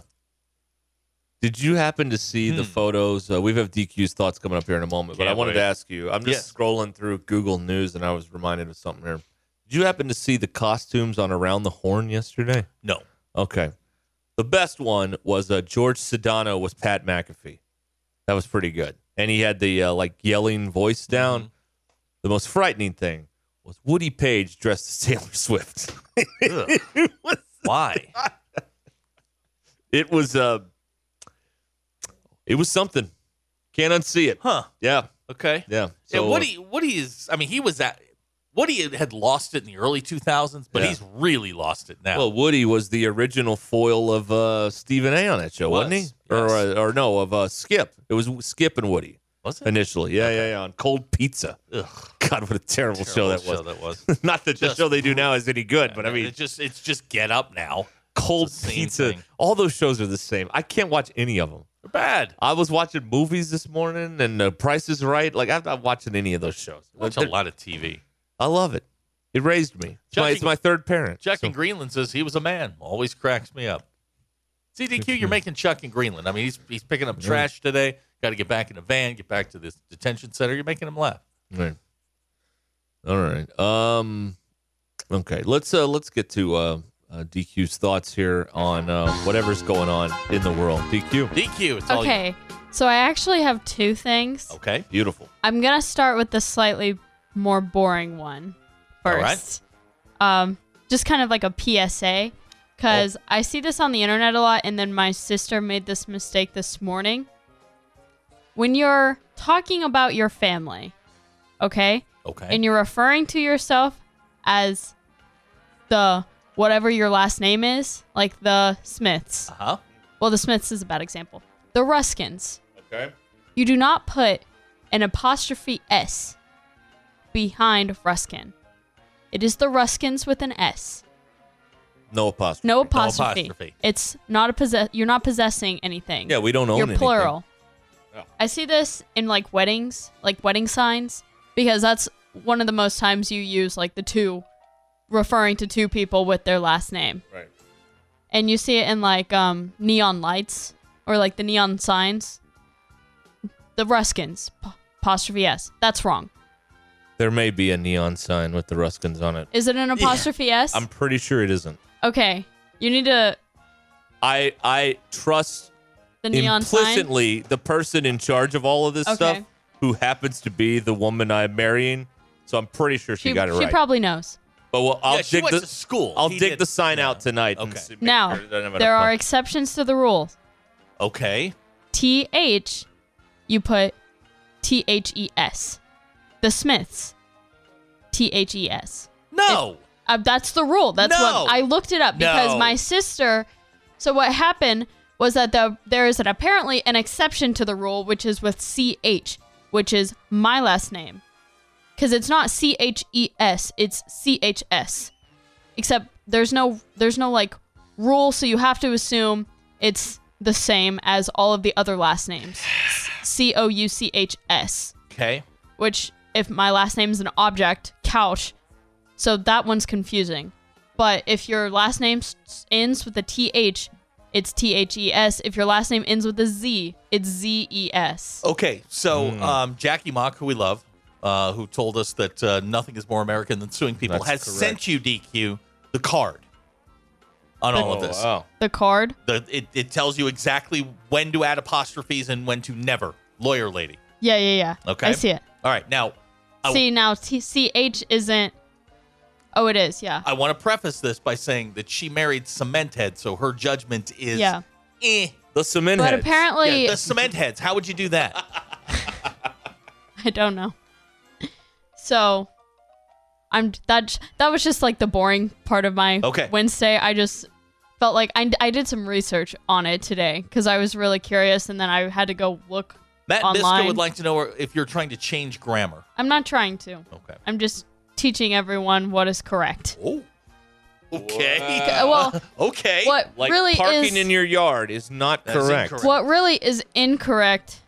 Did you happen to see the photos? Uh, we have DQ's thoughts coming up here in a moment, but I Hmm. Can't wanted wait. to ask you. I'm just Yes. scrolling through Google News and I was reminded of something here. Did you happen to see the costumes on Around the Horn yesterday? No. Okay. The best one was uh, George Sedano was Pat McAfee. That was pretty good. And he had the uh, like yelling voice down. Mm-hmm. The most frightening thing was Woody Page dressed as Taylor Swift. Ugh. Why? It was uh it was something. Can't unsee it. Huh? Yeah. Okay. Yeah. So, yeah, Woody, Woody is. I mean, he was at. Woody had lost it in the early 2000s, but Yeah. he's really lost it now. Well, Woody was the original foil of uh, Stephen A on that show, was. not he? Was, Or, yes. uh, or no, of uh, Skip. It was Skip and Woody was it? initially. Yeah, yeah, yeah. On Cold Pizza. Ugh. God, what a terrible, show that was. that was. Not that Just- the show they do now is any good, but I mean, it just it's just get up now. Cold it's the same Pizza. thing. All those shows are the same. I can't watch any of them. They're bad. I was watching movies this morning, and The Price is Right. Like I'm not watching any of those shows. Watch a They're- lot of TV. I love it. It raised me. It's, my, Judging- it's my third parent. Chuck so- in Greenland says he was a man. Always cracks me up. CDQ, you're making Chuck in Greenland. I mean, he's he's picking up trash today. Got to get back in the van, get back to this detention center. You're making him laugh. Right. All right. Um. Okay. Let's uh let's get to uh, uh DQ's thoughts here on uh, whatever's going on in the world. DQ. DQ, it's all you. Oh. Okay. So I actually have two things. Okay. Beautiful. I'm gonna start with the slightly more boring one All right. first. Um, just kind of like a PSA, because I see this on the internet a lot, and then my sister made this mistake this morning. When you're talking about your family, okay, Okay. and you're referring to yourself as the whatever your last name is, like the Smiths. huh? Well, the Smiths is a bad example. The Ruskins. Okay. You do not put an apostrophe S behind Ruskin. It is the Ruskins with an S. No apostrophe. No apostrophe. apostrophe. It's not a possess. You're not possessing anything. Yeah, we don't own You're anything. plural. I see this in like weddings, like wedding signs, because that's one of the most times you use like the two, referring to two people with their last name. Right. And you see it in like um, neon lights or like the neon signs. The Ruskins, p- apostrophe S. That's wrong. There may be a neon sign with the Ruskins on it. Is it an apostrophe S? I'm pretty sure it isn't. okay. You need to I I trust the neon sign. implicitly the person in charge of all of this Okay. stuff, who happens to be the woman I'm marrying. So I'm pretty sure she, She, got it she right. probably knows. but well, I'll Yeah, she dig went the to school. I'll He dig did- the sign out tonight. and Okay. see- make Now, sure that I don't have it there up. are exceptions to the rule. Okay. TH, you put T H E S. The Smiths. T H E S. No. Uh, that's the rule. That's No. what I looked it up because No. my sister. So what happened was that the there is an apparently an exception to the rule, which is with ch, which is my last name, because it's not c h e s, it's c h s. Except there's no there's no like rule, so you have to assume it's the same as all of the other last names. C o u c h s Okay. which if my last name is an object, couch, so that one's confusing. But if your last name s- ends with a th, it's t h e s. If your last name ends with a z, it's z e s. Okay. So Hmm. um, Jackie Mock, who we love, uh, who told us that uh, nothing is more American than suing people, That's has correct. sent you DQ the card on all of Oh, this. wow. The card. The, it, it tells you exactly when to add apostrophes and when to never. Lawyer lady. Yeah, yeah, yeah. Okay. I see it. All right. Now, I- See now, t- ch isn't. Oh, it is. Yeah. I want to preface this by saying that she married Cement Head, so her judgment is Yeah. eh. the cement But heads. apparently, Yeah, the Cement Heads. How would you do that? I don't know. So, I'm that that was just like the boring part of my Okay. Wednesday. I just felt like I, I did some research on it today because I was really curious, and then I had to go look Matt Niska online. would like to know if you're trying to change grammar. I'm not trying to. Okay. I'm just teaching everyone what is correct. Oh. Okay. Uh, well, Okay. what like really parking is in your yard is not That's correct. incorrect. what really is incorrect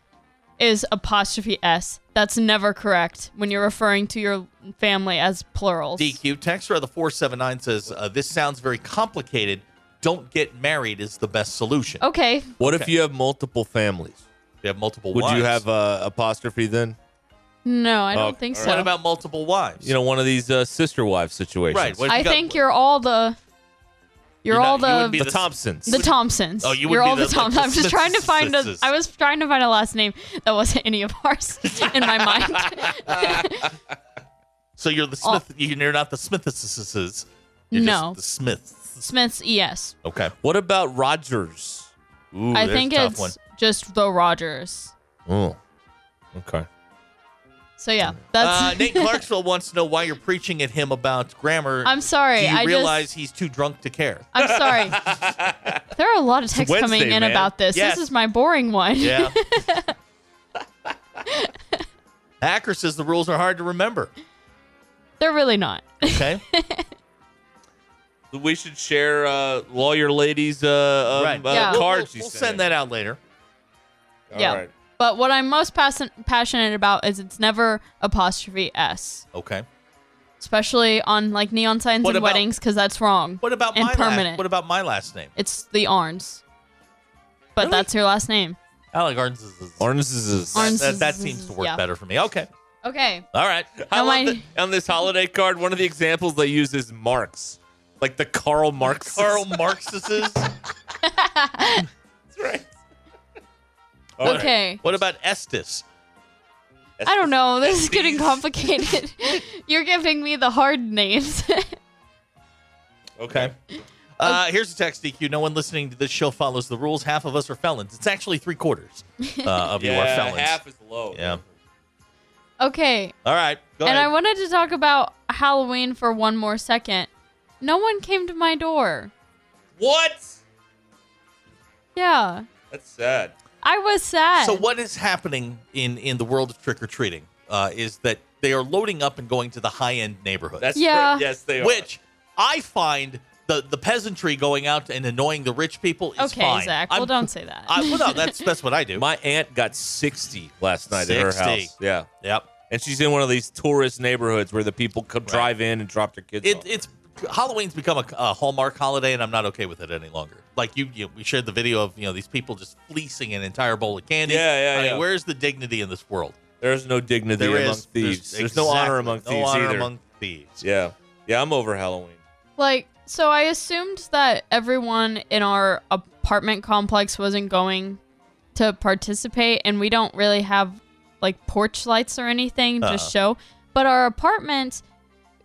is apostrophe s. That's never correct when you're referring to your family as plurals. DQ texter of the 479 says uh, this sounds very complicated. Don't get married is the best solution. Okay, What if Okay. you have multiple families? They have multiple Would wives. you have uh, apostrophe then? no, I don't Okay, think so. What about multiple wives? You know, one of these uh, sister wife situations. Right, what- I You got- think you're all the. You're, You're all not- you the wouldn't be the Thompsons. the Thompsons. Oh, you are wouldn't be all the, the- like Thompsons. the I'm just trying to find a. Smithses. I was trying to find a last name that wasn't any of ours in my mind. so you're the Oh. Smith. You're not the Smithesses. You're No. Just the Smiths. Smiths, yes. Okay. what about Rogers? Ooh, I there's think a tough it's one. just the Rogers. Oh, okay. So yeah, that's. Uh, Nate Clarksville wants to know why you're preaching at him about grammar. I'm sorry. Do you I realize just. he's too drunk to care? I'm sorry. there are a lot of texts coming Wednesday, in man. about this. Yes. This is my boring one. Yeah. Hacker says the rules are hard to remember. They're really not. Okay. We should share uh, lawyer ladies' uh, um, uh, Yeah. We'll- cards. We'll, we'll send that out later. yeah. But what I'm most passion- passionate about is it's never apostrophe s. Okay. especially on like neon signs What and about- weddings because that's wrong. What about and my permanent? last? What about my last name? it's the Arns, but Really? that's your last name. Alec Arns is. is- Oranges that- Arns that, is- that seems to work yeah. better for me. Okay. Okay, All right. I Now love my- that on this holiday card, one of the examples they use is Marx, like the Karl Marx. Carl Marx's. okay. What about Estes? I don't know. This is getting complicated. You're giving me the hard names. Okay. Uh, here's a text DQ. No one listening to this show follows the rules. Half of us are felons. It's actually three quarters uh, of you are felons. half is low. Yeah. okay, All right. Go and ahead. I wanted to talk about Halloween for one more second. No one came to my door. What? Yeah, That's sad. I was sad. So what is happening in in the world of trick or treating uh, is that they are loading up and going to the high end neighborhoods, That's Yeah. pretty- yes, they are. which I find the the peasantry going out and annoying the rich people is Okay, fine. Zach. I'm- well, don't say that. I, well, no, that's that's what I do. my aunt got sixty last night at her 60. house. Yeah, yep. and she's in one of these tourist neighborhoods where the people come drive in and drop their kids. It, off. it's Halloween's become a, a Hallmark holiday, and I'm not okay with it any longer. Like you, you, we shared the video of you know these people just fleecing an entire bowl of candy. Yeah, yeah, I mean, yeah. where's the dignity in this world? There's no dignity There among is. thieves. There's, no honor exactly among no thieves honor either. among thieves. Yeah, yeah. I'm over Halloween. Like, so I assumed that everyone in our apartment complex wasn't going to participate, and we don't really have like porch lights or anything Uh-uh. to show. But our apartment,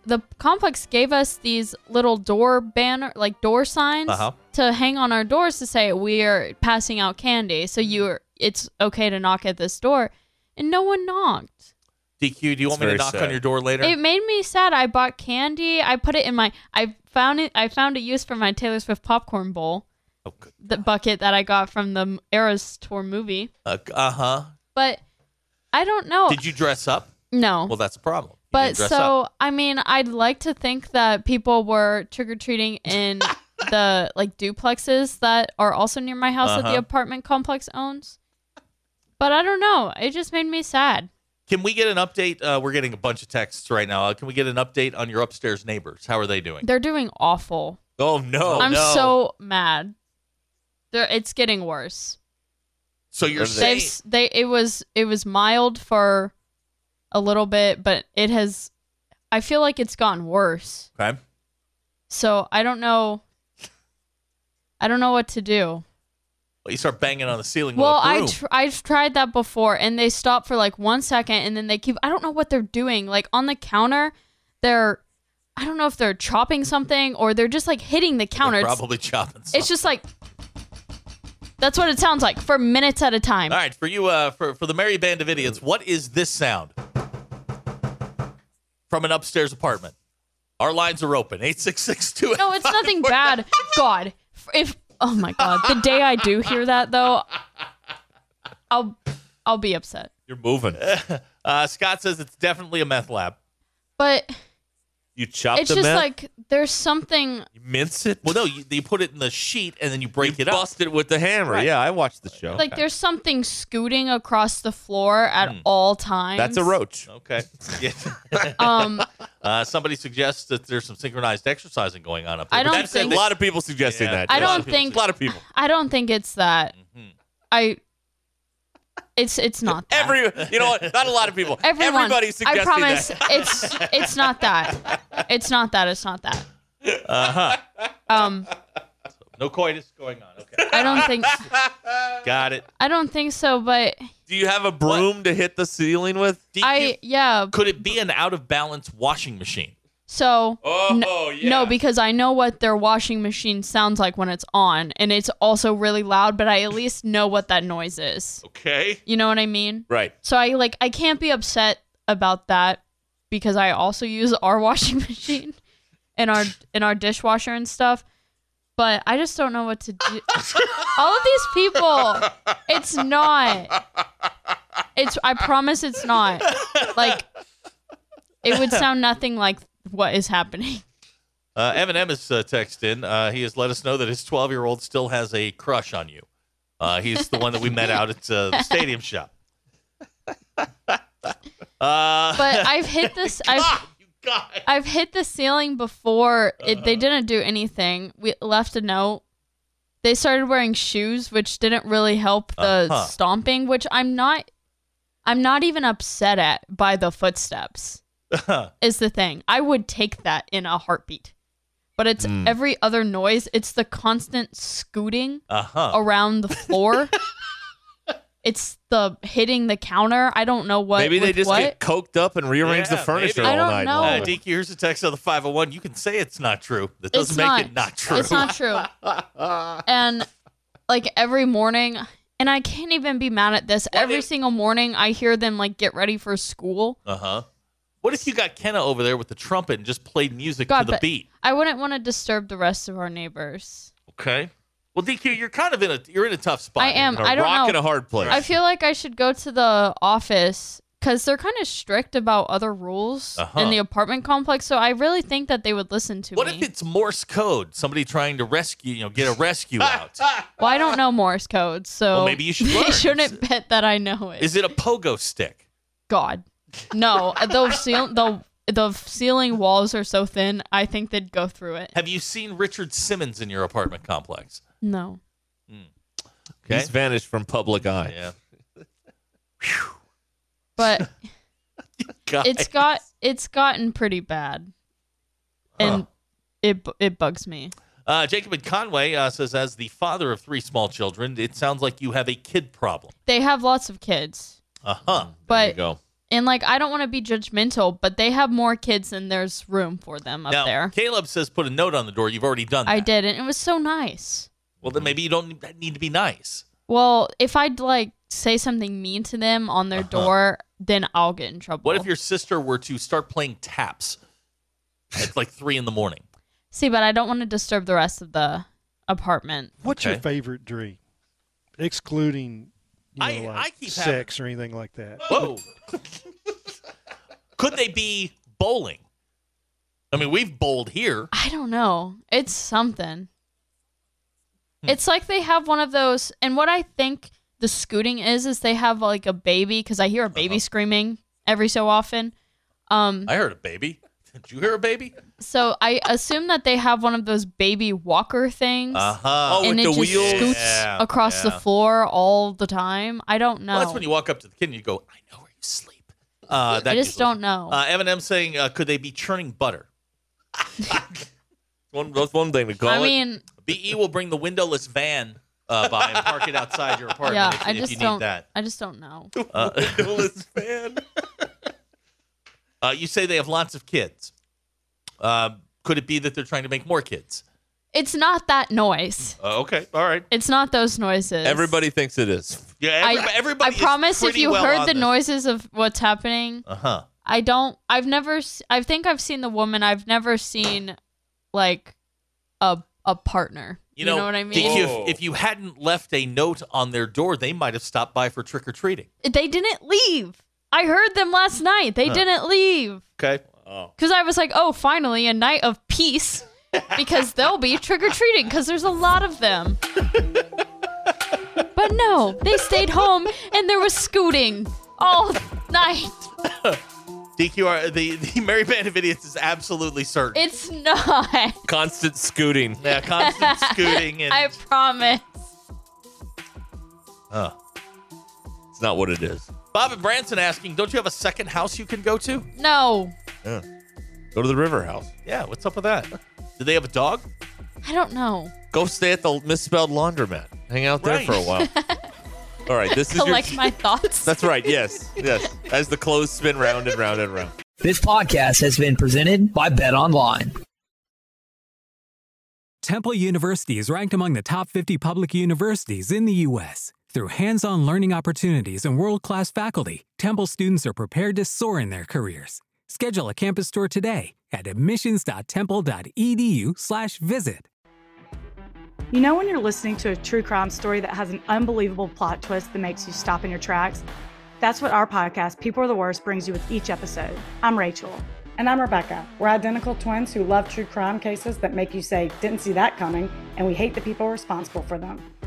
the complex gave us these little door banner, like door signs Uh-huh. to hang on our doors to say we are passing out candy. So you are, it's okay to knock at this door, and no one knocked. DQ, do you want me to very knock on sad. your door later? It made me sad. I bought candy. I put it in my. I found it. I found a use for my Taylor Swift popcorn bowl. Oh, The bucket that I got from the Eras Tour movie. uh huh. But I don't know. Did you dress up? Oh. No. Well, that's a problem. You but didn't dress so up. I mean, I'd like to think that people were trick or treating in the like duplexes that are also near my house that Uh-huh. the apartment complex owns. But I don't know. It just made me sad. can we get an update? Uh, we're getting a bunch of texts right now. Uh, can we get an update on your upstairs neighbors? How are they doing? They're doing awful. oh no! I'm no. so mad. They're, it's getting worse. So you're They've, saying s- they it was it was mild for a little bit, but it has. I feel like it's gotten worse. okay? So I don't know. I don't know what to do. Well, you start banging on the ceiling. Well, with a I broom. tr- I've tried that before, and they stop for like one second, and then they keep. I don't know what they're doing. Like on the counter, they're. I don't know if they're chopping something or they're just like hitting the counter. It's- probably chopping. it's just like. That's what it sounds like for minutes at a time. All right, for you, uh, for for the merry band of idiots, what is this sound from an upstairs apartment? Our lines are open. Eight six six two. No, it's nothing bad. God, if oh my god, the day I do hear that though, I'll I'll be upset. You're moving. Uh, Scott says it's definitely a meth lab. But You chop it's the just meth, like there's something. you mince it. Well, no, you, you put it in the sheet and then you break it bust it with the hammer. Right. Yeah, I watched the show. Like there's something scooting across the floor at all times. Hmm. That's a roach. Okay. Yeah. Um, uh, somebody suggests that there's some synchronized exercising going on up there. I don't That's think- a lot of people suggesting that. I don't think a lot of people. Mm-hmm. I don't think it's that. I. It's it's not that. Every, you know what? Not a lot of people. Everyone, Everybody suggested I promise that. it's it's not that. It's not that. It's not that. Uh huh. Um, No coitus going on. Okay. I don't think Got it. I don't think so. But Do you have a broom to hit the ceiling with? I uh, yeah. Could it be an out of balance washing machine? So n- Oh, no, because I know what their washing machine sounds like when it's on, and it's also really loud. But I at least know what that noise is. Okay. You know what I mean? Right. So I like I can't be upset about that because I also use our washing machine and our and our dishwasher and stuff. But I just don't know what to do. All of these people, it's not. It's I promise it's not. Like it would sound nothing like what is happening. Uh, Eminem is uh, texted in. Uh, he has let us know that his 12 year old still has a crush on you. Uh, he's the one that we met out at uh, the stadium shop. Uh, But I've hit this. I've I've hit the ceiling before. It, Uh-huh. they didn't do anything. We left a note. They started wearing shoes, which didn't really help the Uh-huh. stomping. Which I'm not. I'm not even upset at by the footsteps. uh-huh. Is the thing I would take that in a heartbeat. But it's Hmm. Mm. every other noise. It's the constant scooting Uh-huh. around the floor. it's the hitting the counter. I don't know what. Maybe they with just what. get coked up and rearrange the Yeah, furniture maybe. all I don't night know. long. Uh, DQ, here's a text on the 501. You can say it's not true. That doesn't It's make it not true. It's not true. and like every morning, and I can't even be mad at this. every single morning, I hear them like get ready for school. Uh huh. What if you got Kenna over there with the trumpet and just played music to the but beat? I wouldn't want to disturb the rest of our neighbors. Okay. Well, DQ, you're kind of in a you're in a tough spot. I am. I don't know. I feel like I should go to the office because they're kind of strict about other rules Uh-huh. in the apartment complex. So I really think that they would listen to what me. if it's Morse code? Somebody trying to rescue, you know, get a rescue out. well, I don't know Morse code, so Well, maybe you should They learn. shouldn't bet that I know it. Is it a pogo stick? God, no. the ceil- the the ceiling walls are so thin. I think they'd go through it. Have you seen Richard Simmons in your apartment complex? No. He's vanished from public eye. Yeah. but it's got it's gotten pretty bad, and it bu- it bugs me. Uh, Jacob and Conway uh, says, as the father of three small children, it sounds like you have a kid problem. They have lots of kids, Uh huh. but go. and like I don't want to be judgmental, but they have more kids than there's room for them up now, there. Caleb says, put a note on the door. You've already done that. I did, and it was so nice. Well, then maybe you don't need to be nice. Well, if I'd like say something mean to them on Uh-huh. their door, then I'll get in trouble. What if your sister were to start playing taps at like three in the morning? See, but I don't want to disturb the rest of the apartment. What's your favorite dream, excluding you know, I- like I keep having- sex or anything like that? Whoa. Could they be bowling? I mean, we've bowled here. I don't know. It's something. Hmm. It's like they have one of those, and what I think the scooting is is they have like a baby because I hear a Uh-huh. baby screaming every so often. Um, I heard a baby. Did you hear a baby? so I assume that they have one of those baby walker things, Uh-huh. Oh, and with it the just wheels? scoots Yeah, across the yeah. floor all the time. I don't know. Well, that's when you walk up to the kid and you go, I know where you sleep. Uh, that I just gives us- don't know. Uh, Eminem saying, uh, could they be churning butter? One, that's one thing to call I it. mean, BE E will bring the windowless van uh, by and park it outside your apartment yeah, if, I if just you don't. need that. I just don't know. Uh, windowless van. uh, you say they have lots of kids. Uh, could it be that they're trying to make more kids? It's not that noise. Uh, okay, all right. It's not those noises. Everybody thinks it is. Yeah, every- I, everybody. I promise if you heard the noises of what's happening, Uh Uh-huh. huh. I don't. I've never. s- I think I've seen the woman. I've never seen like a a partner. You, know, what I mean? If, if you hadn't left a note on their door, they might have stopped by for trick or treating. They didn't leave. I heard them last night. They Huh. didn't leave Okay. Oh. because I was like, oh, finally a night of peace because they'll be trick or treating because there's a lot of them. but no, they stayed home and there was scooting all night. DQR, the, the Mary Band of Idiots is absolutely certain. It's not. Constant scooting. yeah, constant scooting. And, I promise. Oh. It's not what it is. Bob and Branson asking, don't you have a second house you can go to? No, Yeah. Go to the river house. Yeah, what's up with that? Do they have a dog? I don't know. Go stay at the misspelled laundromat. Hang out there Right. for a while. All right, this is your. Collect my thoughts. That's right. Yes, yes. As the clothes spin round and round and round. This podcast has been presented by Bet Online. Temple University is ranked among the top 50 public universities in the U.S. Through hands on learning opportunities and world class faculty, Temple students are prepared to soar in their careers. Schedule a campus tour today at E admissions.temple.edu/slash visit. You know, when you're listening to a true crime story that has an unbelievable plot twist that makes you stop in your tracks? That's what our podcast, People Are the Worst, brings you with each episode. I'm Rachel. And I'm Rebecca. We're identical twins who love true crime cases that make you say, didn't see that coming, and we hate the people responsible for them.